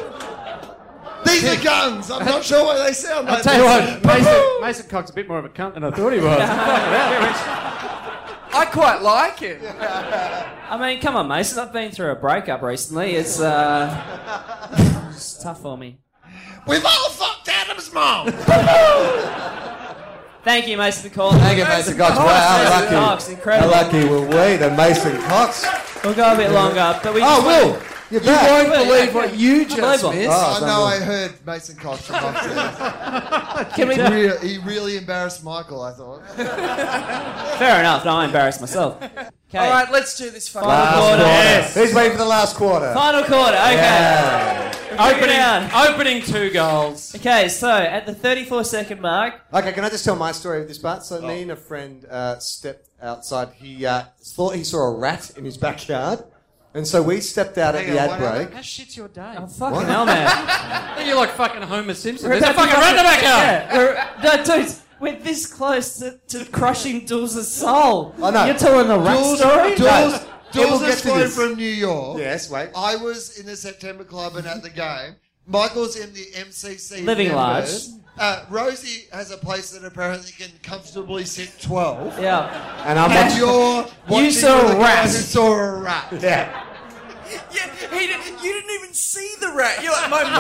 K: These are guns. I'm not sure what they sound like.
L: I'll tell you what, Mason,
K: Poo-poo!
L: Mason Cox a bit more of a cunt than I thought he was.
H: I quite like it.
D: I mean, come on, Mason. I've been through a breakup recently. It's uh, it's tough for me.
K: We've all fucked Adam's mom!
D: Thank you, Mason, for calling.
F: Thank you, Mason Cox. Wow,
D: Mason
F: lucky.
D: Cox,
F: How
D: incredible.
F: lucky were we, the Mason Cox?
D: We'll go a bit longer, but we. just
F: Oh, Will,
D: wanted-
F: you're
H: You
F: back.
H: won't believe what you just
D: Unbelievable.
H: missed.
F: Oh,
B: I know I heard Mason Cox from upstairs.
D: Can we?
B: Re- he really embarrassed Michael, I thought.
D: Fair enough. No, I embarrassed myself. Okay.
H: All right, let's do this. fucking-
D: Final
F: Last
D: quarter.
F: quarter. He's waiting for the last quarter.
D: Final quarter. Okay.
F: Yeah.
D: Bring it down.
E: Opening, opening two goals.
D: Okay, so at the 34 second mark,
F: Okay, can I just tell my story of this part? So,
K: Oh.
F: me and a friend uh, stepped outside. He uh, thought he saw a rat in his backyard. And so we stepped out at
B: Hang
F: the
B: on,
F: ad
B: what
F: break.
E: How shit's your day?
D: Oh, fucking
F: What?
D: hell, man.
E: You're like fucking Homer Simpson.
D: We're
E: There's a
D: about to
E: fucking rat in the
D: fucking-
E: backyard.
D: Yeah, we're, uh, no, dude, we're this close to, to crushing Dules' soul.
F: I know.
D: You're telling the rat
B: Jules,
D: story?
B: Jules,
F: Yeah, we'll
B: Jules
F: get
B: is
F: to
B: flying
F: this.
B: from New York.
F: Yes, wait.
B: I was in the September Club and at the game. Michael's in the MCC.
D: Living
B: members. Uh, Rosie has a place that apparently can comfortably sit 12.
D: Yeah.
F: And I'm
B: And
F: watching.
B: you're watching
D: saw
B: with the
D: a
B: guy
D: rat.
B: Who saw a rat.
F: Yeah.
H: Yeah, he did, you didn't even see the rat. You're like, my
F: No.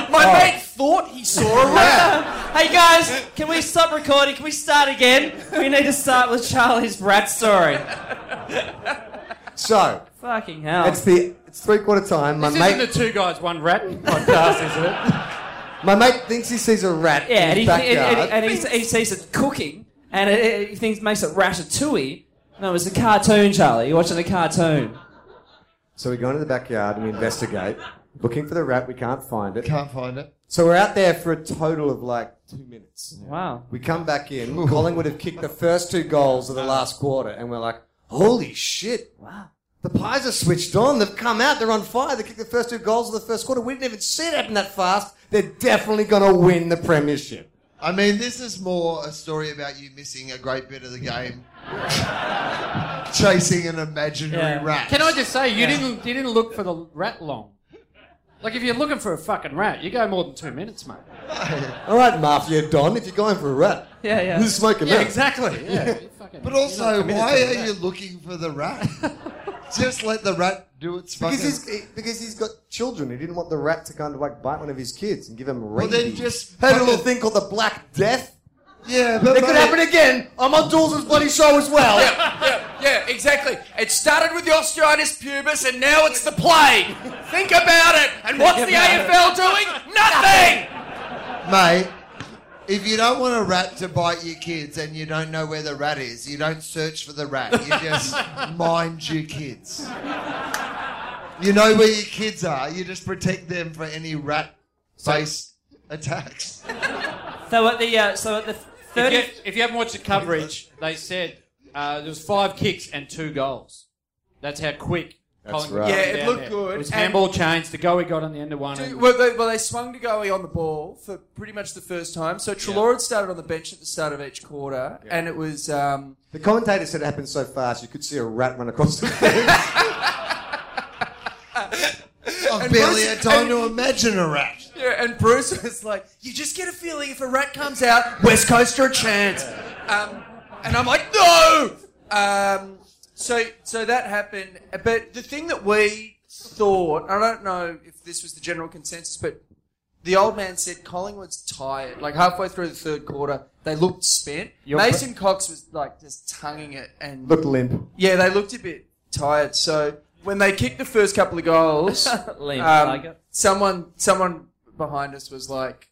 H: mate, my
F: Oh.
H: mate thought he saw a rat.
D: Hey guys, can we stop recording? Can we start again? We need to start with Charlie's rat story.
F: So,
D: Fucking hell.
F: it's the it's three quarter time. My
E: This isn't
F: mate,
E: the two guys, one rat podcast, is it?
F: my mate thinks he sees a rat
D: yeah,
F: in
D: and, he,
F: his
D: and,
F: backyard.
D: and- and he, he sees it cooking, and it, it, he thinks makes it ratatouille. No, it's a cartoon, Charlie. You're watching a cartoon.
F: So we go into the backyard and we investigate, looking for the rat. We can't find it.
B: Can't find it.
F: So we're out there for a total of like two minutes.
D: Wow.
F: We come back in. Collingwood have kicked the first two goals of the last quarter, and we're like, "Holy shit!
D: Wow.
F: The Pies are switched on. They've come out. They're on fire. They kicked the first two goals of the first quarter. We didn't even see it happen that fast. They're definitely going to win the premiership."
B: I mean, this is more a story about you missing a great bit of the game, chasing an imaginary
D: Yeah.
B: rat.
E: Can I just say you didn't you didn't look for the rat long. Like if you're looking for a fucking rat, you go more than two minutes, mate.
F: All right, Mafia Don, if you're going for a rat,
D: Yeah, yeah.
F: who's smoking
E: Yeah,
F: rat?
E: exactly. Yeah. you fucking-
B: But
E: you're
B: also,
E: not committed
B: why
E: to
B: are
E: that.
B: you looking for the rat? Just let the rat do its fucking.
F: Because he's, he, because he's got children. He didn't want the rat to kind of like bite one of his kids and give him rabies.
B: then just
F: had a
B: fucking-
F: little thing called the Black Death.
B: yeah, but
F: It could
B: mate,
F: happen again. I'm on Dawson's bloody show as well.
H: yeah, yeah, exactly. It started with the osteitis pubis, and now it's the plague. Think about it. And what's the AFL doing? Nothing.
B: mate. If you don't want a rat to bite your kids and you don't know where the rat is, you don't search for the rat. You just mind your kids. You know where your kids are. You just protect them for any rat-based attacks.
D: So at the uh, so at the
E: If
D: thirty.
E: you, if you haven't watched the coverage, they said uh, there was five kicks and two goals. That's how quick. Collingwood
F: right.
E: got
H: Yeah,
E: down
H: it looked
E: there.
H: good,
E: It was
H: and-
E: handball change. The goal we got on the end of one.
H: Dude,
E: and-
H: Well they, well, they swung to Goey on the ball for pretty much the first time. So Trelaw had started on the bench at the start of each quarter, and it was um,
F: The commentator said it happened so fast you could see a rat run across the field.
B: I've barely
H: Bruce-
B: had time
H: and-
B: to imagine a rat.
H: yeah, and Bruce was like, "You just get a feeling if a rat comes out, West Coast are a chance," um, and I'm like, "No." Um, so so that happened, but the thing that we
G: thought, I don't know if this was the general consensus, but the old man said Collingwood's tired. Like halfway through the third quarter, they looked spent.
M: You're
G: Mason Cox was like just tonguing it and
M: Looked limp.
G: Yeah, they looked a bit tired. So when they kicked the first couple of goals,
D: Limp,
E: Um,
D: like it.
G: Um, someone someone behind us was like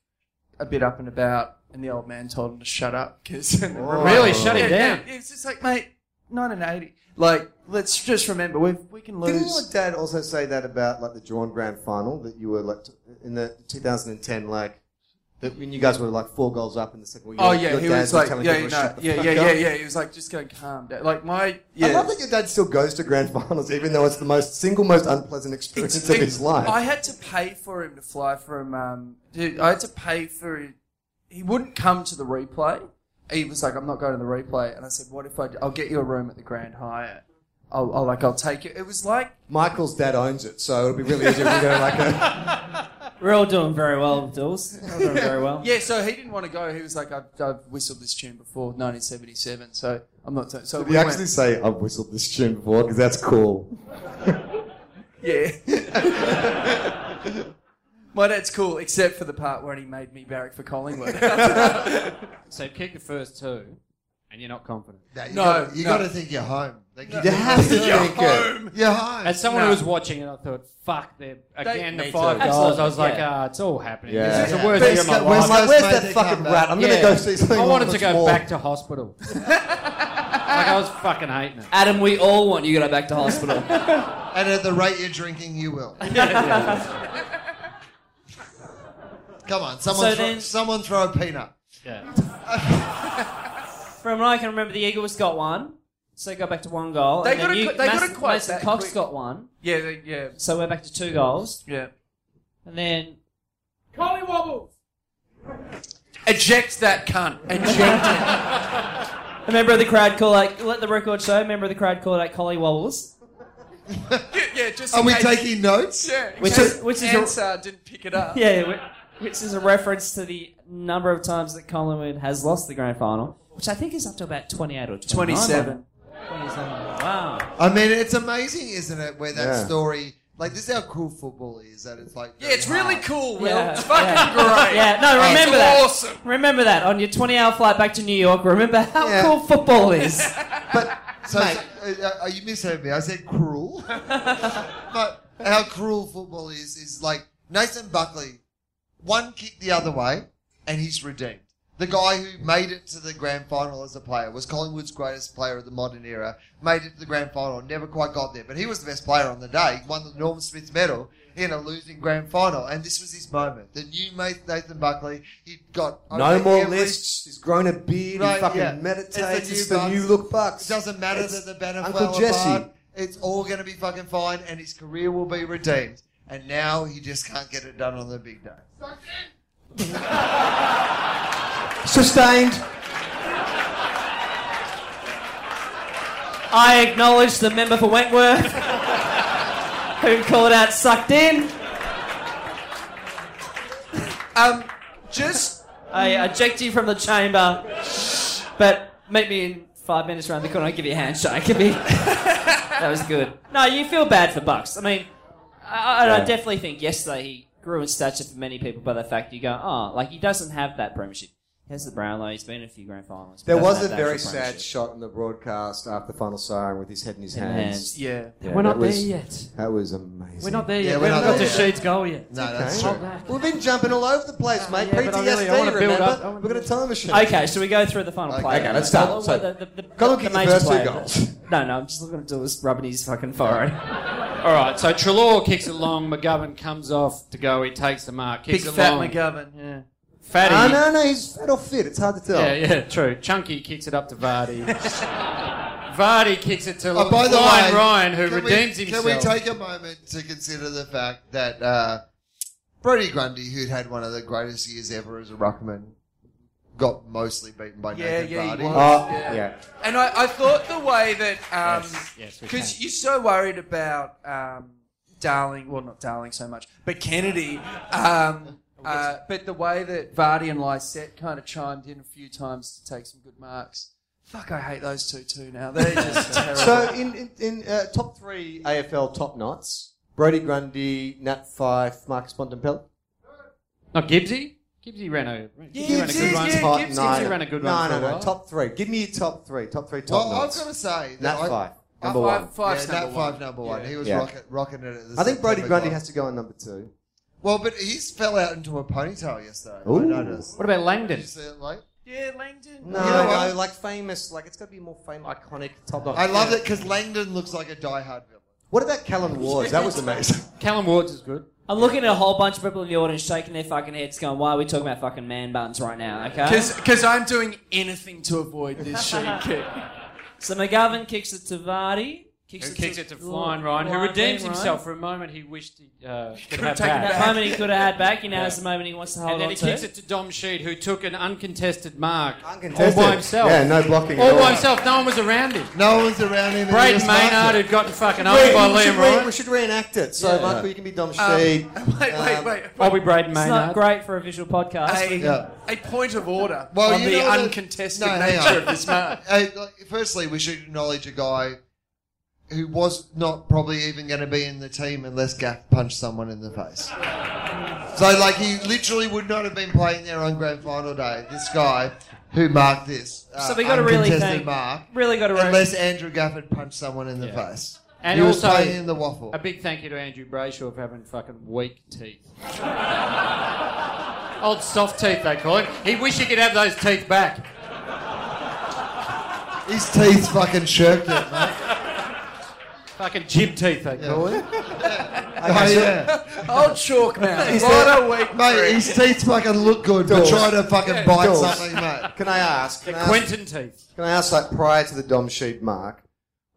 G: a bit up and about, and the old man told him to shut up because Oh.
E: Really? Shut him down.
G: It's just like mate, nine and eighty. Like let's just remember we we can lose.
F: Didn't your dad also say that about like the Drawn Grand Final that you were like t- in the 2010 like that when you guys were like four goals up in the second?
G: oh yeah, he was like, yeah, no, yeah, yeah, yeah, yeah.
F: yeah.
G: He was like, just go calm down. Like my, yeah.
F: I love that your dad still goes to grand finals, even though it's the most single most unpleasant experience of his life.
G: I had to pay for him to fly from. Um, dude, I had to pay for. He wouldn't come to the replay. He was like, "I'm not going to the replay," and I said, "What if I? do- I'll get you a room at the Grand Hyatt. I'll, I'll like, I'll take you." It was like
F: Michael's dad owns it, so it'll be really easy if we go like a.
D: We're all doing very well, Duels. We're all doing very well.
G: Yeah, so he didn't want to go. He was like, "I've, I've whistled this tune before, 1977." So I'm not. So, so
F: Did
G: we
F: he
G: went-
F: actually say I've whistled this tune before? Because that's cool.
G: Yeah. My dad's cool, except for the part where he made me barrack for Collingwood. no,
E: So kick the first two, and you're not confident.
G: you No, gotta- you no. gotta
B: think you're home. Like,
E: No.
B: you have to You're think it. home. You're home.
E: As someone
B: No.
E: who was watching it, I thought, "Fuck, they're again
B: Me
E: the five
B: too.
E: goals." I was
B: Absolutely,
E: like,
B: yeah.
E: "Ah, it's all happening."
B: Yeah.
E: This is
B: Yeah.
E: the worst
B: But
E: year of my
B: it's got- where's
E: life.
B: those Where's made that their fucking comeback? rat? I'm gonna go see something
E: I
B: on
E: wanted
B: the
E: to go
B: floor.
E: back to hospital. like I was fucking hating it.
D: Adam, we all want you to go back to hospital.
B: And at the rate you're drinking, you will. Come on, someone,
D: So
B: throw,
D: then-
B: someone throw a peanut.
E: Yeah.
D: From what I can remember, the Eagles got one, so they got back to one goal.
G: They
D: and then
G: gotta
D: you-
G: qu- they gotta
D: Mason-
G: quite
D: Mason
G: that
D: Cox
G: quick.
D: got one.
G: Yeah, they- yeah.
D: So we're back to two goals.
G: Yeah.
D: And then
E: Collie wobbles.
D: eject that cunt. Eject. A member of the crowd call out. Let the record show. A member of the crowd call out. Collie wobbles.
G: yeah, just
B: Are
G: in
B: we
G: case-
B: taking notes?
G: Yeah,
D: Which
G: which is
D: is- which is a-
G: Ansar didn't pick it up.
D: Yeah, whi- which is a reference to the number of times that Collingwood has lost the grand final, which I think is up to about twenty-eight or 29.
B: 27.
D: Wow.
B: I mean, it's amazing, isn't it? Where that
D: Yeah.
B: story, like, this is how cool football is. That it's like,
G: Yeah, it's really cool, Will.
D: Yeah,
G: It's fucking
D: yeah.
G: great.
D: Yeah, no,
G: It's
D: remember that.
G: awesome.
D: Remember that on your 20 hour flight back to New York. Remember how cool football is.
B: So, so, uh, uh, you misheard me. I said cruel. but how cruel football is is like Nathan Buckley, one kick the other way, and he's redeemed. The guy who made it to the grand final as a player was Collingwood's greatest player of the modern era. Made it to the grand final, never quite got there, but he was the best player on the day. He won the Norm Smith medal in a losing grand final, and this was his moment. The new mate, Nathan Buckley, he got I
F: No
B: mean,
F: more
B: every-
F: lists. He's grown a beard.
B: Right,
F: he fucking
B: yeah.
F: meditates. It's
B: It's
F: the
B: the
F: new,
B: new
F: look bucks.
B: It doesn't matter
F: It's
B: that the banner
F: Uncle
B: fell
F: Jesse.
B: apart. It's all going to be fucking fine, and his career will be redeemed. And now he just can't get it done on the big day.
F: Sustained.
D: I acknowledge the member for Wentworth who called out sucked in.
G: Um, just.
D: I eject you from the chamber, but meet me in five minutes around the corner. I'll give you a handshake. Give me. that was good. No, you feel bad for Bucks. I mean, I, I, I
E: Yeah.
D: definitely think yesterday he grew in stature for many people by the fact you go, oh, like he doesn't have that premiership. He has the Brownlow. He's been in a few grand finals. but
F: There
D: doesn't
F: was a
D: have the
F: very
D: actual
F: sad shot in the broadcast after the final siren with his head in his
D: In
F: hands.
D: hands. Yeah.
F: Yeah,
D: We're not
F: that
D: there
F: was-
D: yet.
F: That was amazing.
E: We're not there yet. We haven't got to Sheed's goal yet.
F: No, that's
E: Okay.
F: true. We've been jumping all over the place, mate.
E: yeah, but I
F: PTSD,
E: really- I wanna build
F: remember?
E: up- I
F: We've got a time machine.
D: Okay, should we go through the final
F: Okay,
D: play?
F: okay, let's start.
D: Well,
F: So,
D: well, the, the, the,
F: Colin
D: the
F: kicked the
D: major
F: first two
D: player.
F: goals.
D: No, no, I'm just looking at Dillis rubbing his fucking forehead.
E: All right, so Trelaw kicks it long. McGovern comes off to go. He takes the mark. Kicks
G: Big
E: it
G: fat
E: long.
G: McGovern, yeah.
E: Fatty.
F: Ah, no, no, he's fat or fit. It's hard to tell.
E: Yeah, yeah, true. Chunky kicks it up to Vardy. Vardy kicks it to
B: Oh, by the
E: Lion
B: way,
E: Ryan, who
B: can we-
E: redeems himself.
B: Can we take a moment to consider the fact that uh, Brody Grundy, who'd had one of the greatest years ever as a ruckman, got mostly beaten by
G: Yeah,
B: Nathan
G: yeah, he
B: Vardy?
G: was,
F: Ah,
G: yeah. And I, I thought the way that um
E: yes, we
G: because you're so worried about um, Darling, well not Darling so much, but Kennedy. Um, uh, but the way that Vardy and Lysette kind of chimed in a few times to take some good marks. Fuck, I hate those two too now. They're just terrible.
F: So in in, in uh, top three AFL top knots, Brody Grundy, Nat Fife, Marcus Bontempelli.
E: Not Gibbsy? Gibbsy ran a, Gibbsy ran a
F: Gibbsy,
E: good one.
F: yeah,
E: Gibbsy,
F: Gibbsy. No,
E: ran a good
F: no,
E: one.
F: No,
E: for a
F: no,
E: while.
F: Top three. Give me your top three. Top three. Top
B: Well, I was
F: knots.
B: going to say
F: Nat
B: I-
F: Five.
B: I-
F: Number
B: Nat
F: one.
B: Five, number one. number one. He was
F: Yeah.
B: rocket, rocking it at the
F: I think Brody
B: September
F: Grundy
B: Club.
F: has to go on number two.
B: Well, but he's fell out into a ponytail yesterday.
F: Ooh.
B: I noticed.
F: What about Langdon?
B: Did you see it late?
G: Yeah, Langdon.
F: No,
B: You know
F: no,
B: what?
F: like famous. Like it's got to be more famous, iconic top. Notch.
B: I love it because Langdon looks like a diehard villain.
F: What about Callum Ward? That was amazing.
E: Callum Woods is good.
D: I'm looking at a whole bunch of people in the audience shaking their fucking heads, going, "Why are we talking about fucking man buns right now?" Okay.
H: Because I'm doing anything to avoid this shitty kick.
D: So McGovern kicks it to Vardy. Kicks
E: Who
D: it
E: kicks
D: to,
E: it to Flying Ryan, who
D: Flying
E: redeems
D: Ryan.
E: himself for a moment he wished he uh, could
D: Could've
E: have
D: taken
E: back.
D: that moment he could have had back, he now has the moment he wants to hold
E: And then
D: on
E: he
D: to.
E: kicks it to Dom Sheed, who took an uncontested mark
F: Uncontested.
E: all by himself.
F: Yeah, no blocking
E: All
F: at all.
E: by himself. No one was around him.
B: No one's around him.
E: Braden Maynard had gotten fucking owned
F: Wait,
E: by
F: we should
E: Liam
F: re-
E: Ryan.
F: We should reenact it. So,
E: Yeah.
F: Michael, you can be Dom
H: Um,
F: Sheed.
H: wait, wait, wait.
E: Bobby Braden
D: It's
E: Maynard.
D: not great for a visual podcast.
H: A,
D: We-
H: a point of order
B: Well,
H: on
B: you
H: the
B: know that-
H: uncontested
B: No, hang
H: nature
B: on.
H: of this man.
B: Hey, like, firstly, we should acknowledge a guy who was not probably even going to be in the team unless Gaff punched someone in the face. so, like, he literally would not have been playing there on grand final day. This guy who marked this. uh,
D: So we gotta really
B: uncontested
D: thank-
B: Mark,
D: really gotta re-
B: Unless Andrew Gaff had punched someone in the
E: Yeah.
B: face.
E: And
B: he
E: also,
B: was playing in the waffle.
E: a big thank you to Andrew Brayshaw for having fucking weak teeth. Old soft teeth, they call him. He wish he could have those teeth back.
B: His teeth fucking shirked it, mate.
E: Fucking jib teeth, they call it.
B: Oh, yeah.
H: Old chalk man.
F: Is
H: what
F: there-
H: a week.
B: Mate, his teeth fucking look good, but
F: Doors.
B: try to fucking
H: Yeah,
B: bite
F: doors.
B: something, mate.
F: Can I ask? Can I ask,
E: Quentin teeth.
F: can I ask, like, prior to the Dom Sheed mark,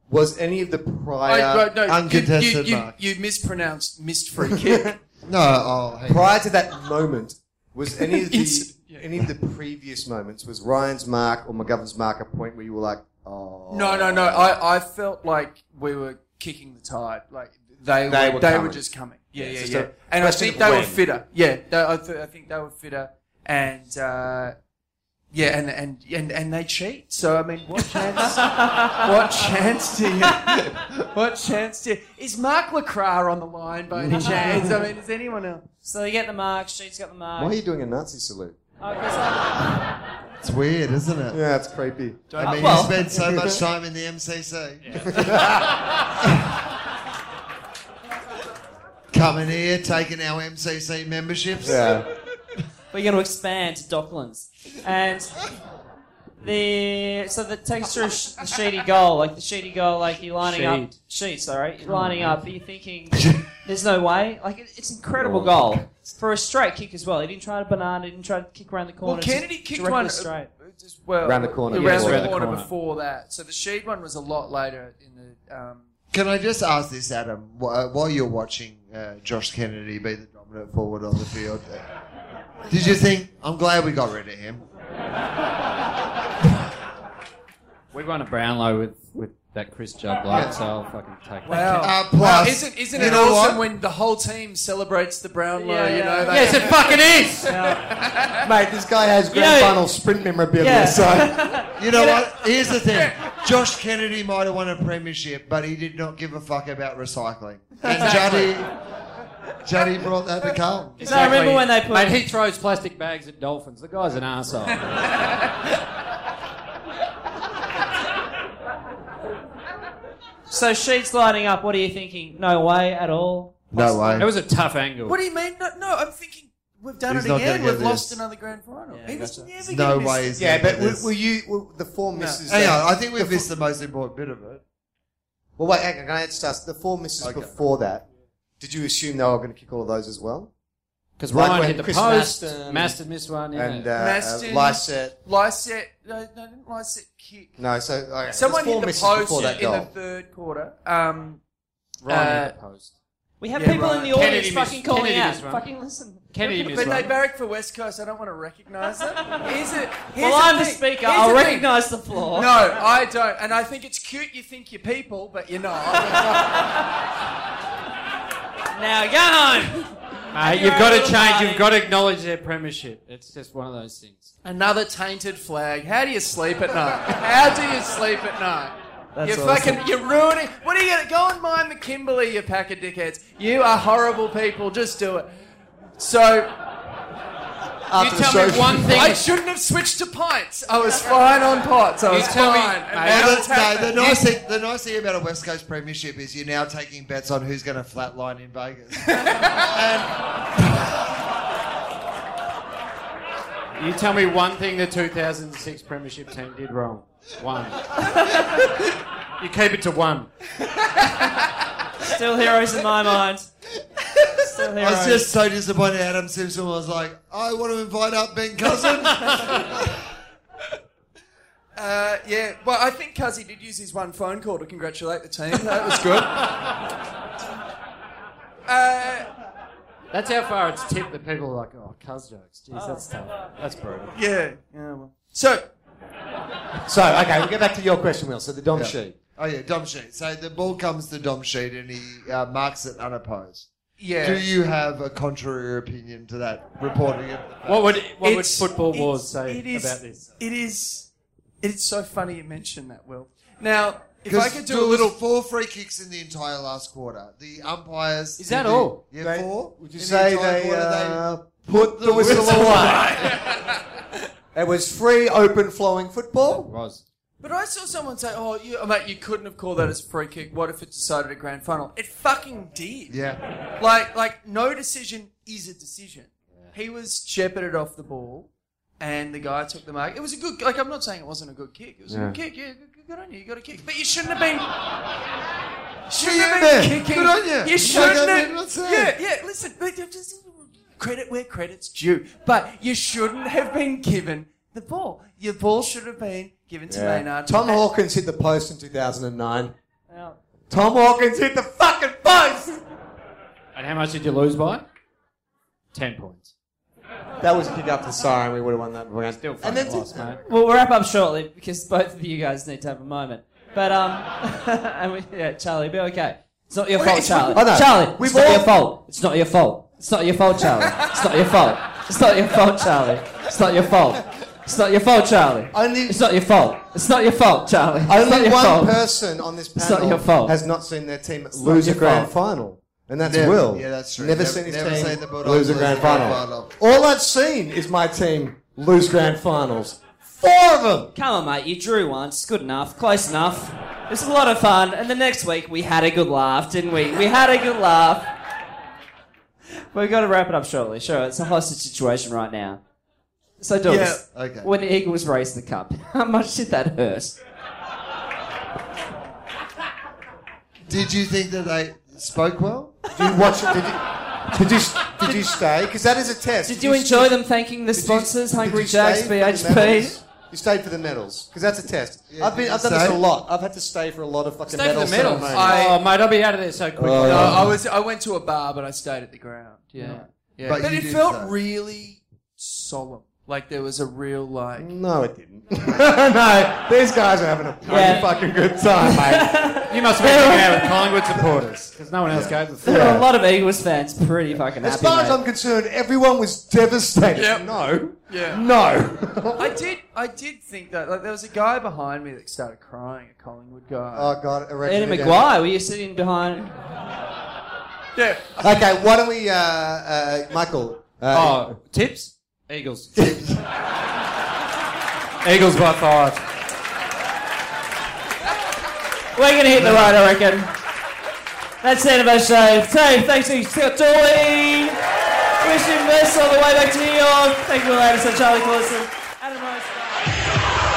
F: was any of the prior.
H: I, right, no, you-
B: uncontested
H: you, you,
B: mark.
H: you mispronounced missed free kick.
B: No, oh, hey.
F: prior to that moment, was any of the
H: Yes.
F: any of the previous moments was Ryan's mark or McGovern's mark a point where you were like, oh
H: no, no, no. I, I felt like we were kicking the tide. Like they,
F: They
H: were,
F: were
H: they
F: coming.
H: were just coming. Yeah,
F: Yeah,
H: yeah,
F: it's
H: yeah.
F: just a
H: and I
F: question
H: think
F: of
H: they were
F: when.
H: fitter. Yeah, they, I, th- I think they were fitter. And uh, yeah, and, and and and they cheat. So I mean, what chance? what chance do you? What chance do you? Is Mark Lacrar on the line by any chance? I mean, is anyone else?
D: so they get the mark. Sheet's got the mark.
F: Why are you doing a Nazi salute?
D: Oh, 'cause I-
B: It's weird, isn't it?
F: Yeah, it's creepy.
B: I mean,
D: well-
B: you spend so much time in the MCC. Coming here, taking our MCC memberships.
F: Yeah.
D: We're going to expand to Docklands, and the so the takes through sh- the sheety goal, like the sheety goal, like you're lining up
E: Sheed.
D: sheet. Sorry, you're lining up. You're thinking there's no way. Like it, it's incredible goal for a straight kick as well. He didn't try to banana. He didn't try to kick around the corner.
H: Well, Kennedy
D: just
H: kicked
D: directly
H: one
D: straight.
H: uh, just well
F: Round the corner
H: the
F: before
H: round the
F: that.
H: corner
E: Corner.
H: before that. Uh, So the Sheed one was a lot later in the. Um,
B: Can I just ask this, Adam? wh- uh, While you're watching uh, Josh Kennedy be the dominant forward on the field, uh, did you think, I'm glad we got rid of him?
E: We won a Brownlow with, with that Chris Judd bloke, so I'll fucking take that.
H: wow.
B: Uh, plus,
H: Wow, Oh. isn't isn't
B: you
H: it
B: know
H: awesome
B: what?
H: when the whole team celebrates the Brownlow?
D: Yeah,
H: you know,
D: yeah.
H: they-
E: Yes, it fucking is!
F: Mate, this guy has grand
D: Yeah.
F: final sprint memorabilia,
D: Yeah.
F: so
B: You know what? Here's the thing. Josh Kennedy might have won a premiership, but he did not give a fuck about recycling. And Juddy, Juddy brought that to Carlton.
D: No, I remember when they put-
E: Mate, he throws plastic bags at dolphins. The guy's an arsehole.
D: So sheet's lining up. What are you thinking? No way at all.
B: No
E: it
B: way.
E: was a tough angle.
H: What do you mean? No, no I'm thinking we've done
B: He's
H: it
B: not
H: again.
B: gonna
H: We've
B: get
H: lost
B: this.
H: another grand final.
D: Yeah,
H: he was
D: gotcha.
H: never
B: No
H: gonna
B: way.
H: miss-
B: he's
F: yeah.
B: gonna
F: But
B: do
F: were,
B: this.
F: were you were the four misses?
B: Hang
F: that-
B: on, I think we've missed the most important bit of it.
F: Well, wait. Hang on, can I just ask the four misses
B: Okay.
F: before that? Did you assume they were going to kick all of those as well?
E: Because
F: Like
E: Ryan
F: when
E: hit the
F: Chris
E: post,
F: Maston-
E: Maston missed one, yeah.
F: And uh, uh,
H: Maston-
F: Lyset.
H: Lyset, no, no, didn't Lyset kick?
F: No, so okay, there's
H: Someone
F: four
H: hit the
F: misses
H: post
F: before that
H: in
F: goal.
H: the third quarter. Um,
E: Ryan
H: uh,
E: hit the post.
D: We have
H: Yeah,
D: people
H: right.
D: in the audience
E: Kennedy
D: fucking
E: missed-
D: calling
E: Kennedy
D: out.
E: missed one.
D: Fucking listen.
E: Kennedy
H: But
E: missed
H: they
E: one.
H: barrack for West Coast. I don't want to recognise them. Here's it. Here's
D: Well, I'm the
H: thing.
D: speaker.
H: Here's
D: I'll
H: the thing.
D: recognise the floor.
H: No, I don't. And I think it's cute you think you're people, but you're not.
D: Now go home.
E: Mate,
D: you're
E: Ah, you've got
D: a
E: to
D: little
E: change.
D: guy.
E: You've got to acknowledge their premiership. It's just one of those things.
H: Another tainted flag. How do you sleep at night? How do you sleep at night?
N: That's
O: you're
N: awesome.
O: fucking, you're ruining. What are you gonna go and mine the Kimberley? You pack of dickheads. You are horrible people. Just do it. So,
P: the tell me show. one thing-
O: I shouldn't have switched to pints. I was fine on pots. I
B: You
O: was
B: tell me-
O: fine. And
B: Mate,
O: now
B: no,
O: it's
B: no,
O: happened.
B: the, nice thing, the nice thing about a West Coast premiership is you're now taking bets on who's going to flatline in Vegas.
E: You tell me one thing the 2006 Premiership team did wrong. One. you keep it to one.
D: Still heroes in my mind. Still
B: I
D: heroes.
B: was just so disappointed Adam Simpson. I was like, I want to invite up Ben Cousins.
O: Uh, yeah, well, I think Cuzzy did use his one phone call to congratulate the team. That was good. uh,
E: That's how far it's tipped that people are like, oh, cuz jokes. Jeez, that's tough. That's brutal.
O: yeah, yeah. Well. So,
F: So, okay, we'll get back to your question, Will. So, the Dom
B: Yeah.
F: sheet.
B: Oh yeah, Dom sheet. So the ball comes to Dom sheet and he uh, marks it unopposed.
O: Yeah.
B: Do you have a contrary opinion to that reporting? Of the facts?
E: What would Uh, what would
O: It's-
E: football
O: it's-
E: wars say
O: it is-
E: about this?
O: It is. It's so funny you mentioned that, Will. Now, if I
B: Because
O: could do
B: there
O: a little.
B: was four free kicks in the entire last quarter. The umpires.
E: Is that
B: did-
E: all?
B: Yeah,
F: They-
B: four.
F: Would you
B: In the
F: say
B: entire
F: they,
B: quarter,
F: uh, put the whistle away? it was free, open, flowing football.
E: was.
O: But I saw someone say, "Oh, you, oh, mate, you couldn't have called that as a free kick. What if it decided a grand final? It fucking did.
B: Yeah.
O: Like, like no decision is a decision. He was shepherded off the ball, and the guy took the mark. It was a good. Like, I'm not saying it wasn't a good kick. It was a good
Q: Yeah.
O: kick. Yeah, good, good- good on you. You got a kick, but you shouldn't have been. Shouldn't
Q: you
O: have
Q: there.
O: been kicking.
Q: Good on you.
O: You
Q: Like
O: shouldn't
Q: I
O: have.
Q: mean, what's
O: yeah,
Q: that?
O: yeah. Listen, but just credit where credit's due. But you shouldn't have been given the ball. Your ball should have been given to Maynard.
F: Tom
O: And-
F: Hawkins hit the post in 2009.
D: Yeah.
F: Tom Hawkins hit the fucking post!
E: And how much did you lose by? Ten points.
F: That was a kick up the siren. We would have won that round.
E: Still
F: and then
E: fucking lost, mate.
D: Well, we'll wrap up shortly because both of you guys need to have a moment. But um, and we, yeah, Charlie, be okay. It's not your
F: Wait,
D: fault,
F: it's-
D: Charlie.
F: oh, no.
D: Charlie,
F: We've
D: it's not
F: all-
D: your fault. It's not your fault. It's not your fault, Charlie. It's not your fault. It's not your fault, Charlie. It's not your fault. It's not your fault, Charlie.
F: Only-
D: It's not your fault. It's not your fault, Charlie. It's not
F: Only
D: your
F: one
D: fault.
F: person on this
D: It's
F: panel
D: not your fault.
F: has not seen their team
D: It's
F: lose
D: not
F: a
D: your
F: grand
D: fault.
F: final. And that's
B: Never-
F: Will.
B: yeah, that's true.
F: Never,
B: Never-
F: seen his
B: never
F: team
B: seen the Bulldogs
F: lose a
B: lose
F: grand
B: a grand
F: final.
B: final.
F: All I've seen is my team lose grand finals. Four of them.
D: Come on, mate. You drew once. Good enough. Close enough. It was a lot of fun. And the next week we had a good laugh, didn't we? We had a good laugh. We've got to wrap it up shortly. Sure, it's a hostage situation right now. So, Dawes,
B: Yeah, okay.
D: when the Eagles raised the cup, how much did that hurt?
B: Did you think that they spoke well?
F: Did you watch it? Did you, did you, did you stay? Because that is a test.
D: Did you enjoy them thanking the sponsors, Hungry Jacks, BHP?
F: You stayed for the medals because that's a test.
B: Yeah,
F: I've been,
B: did
F: I've
B: you
F: done this
B: stay?
F: a lot. I've had to stay for a lot of
O: Stay
F: fucking
O: for
F: medal
O: the medals.
F: ceremonies.
O: I-
E: oh, mate, I'll be out of there so quickly.
F: Oh,
O: No,
F: yeah.
O: Uh, I was. I went to a bar, but I stayed at the ground. Yeah, yeah.
B: But
O: But,
B: you
O: it
B: did
O: felt
B: stay.
O: really solemn. Like there was a real like.
F: No, it didn't. no, these guys are having a pretty
D: Yeah.
F: fucking good time, mate.
E: You must be hanging out with Collingwood supporters because no one else gave a fuck.
D: There were a lot of Eagles fans pretty fucking
F: As
D: happy.
F: far as
D: mate.
F: I'm concerned, everyone was devastated.
O: Yep.
F: No,
O: Yeah.
F: no.
O: I did. I did think that. Like there was a guy behind me that started crying. A Collingwood guy.
F: oh god, erection
D: Eddie
F: again.
D: McGuire, were you sitting behind?
O: yeah.
F: Okay, why don't we, uh, uh, Michael? Uh,
E: Oh, tips? Eagles. Eagles by five.
D: We're going to hit the road, I reckon. That's the end of our show. So, thanks to Scotty. Wish you best all the way back to New York. Thank you, ladies. I'm Charlie Clausen. Adam Rice.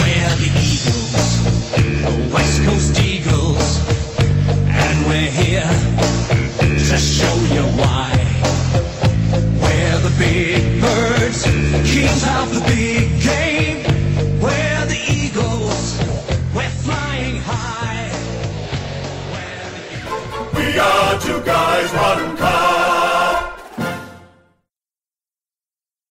G: We're the Eagles, the West Coast Eagles, and we're here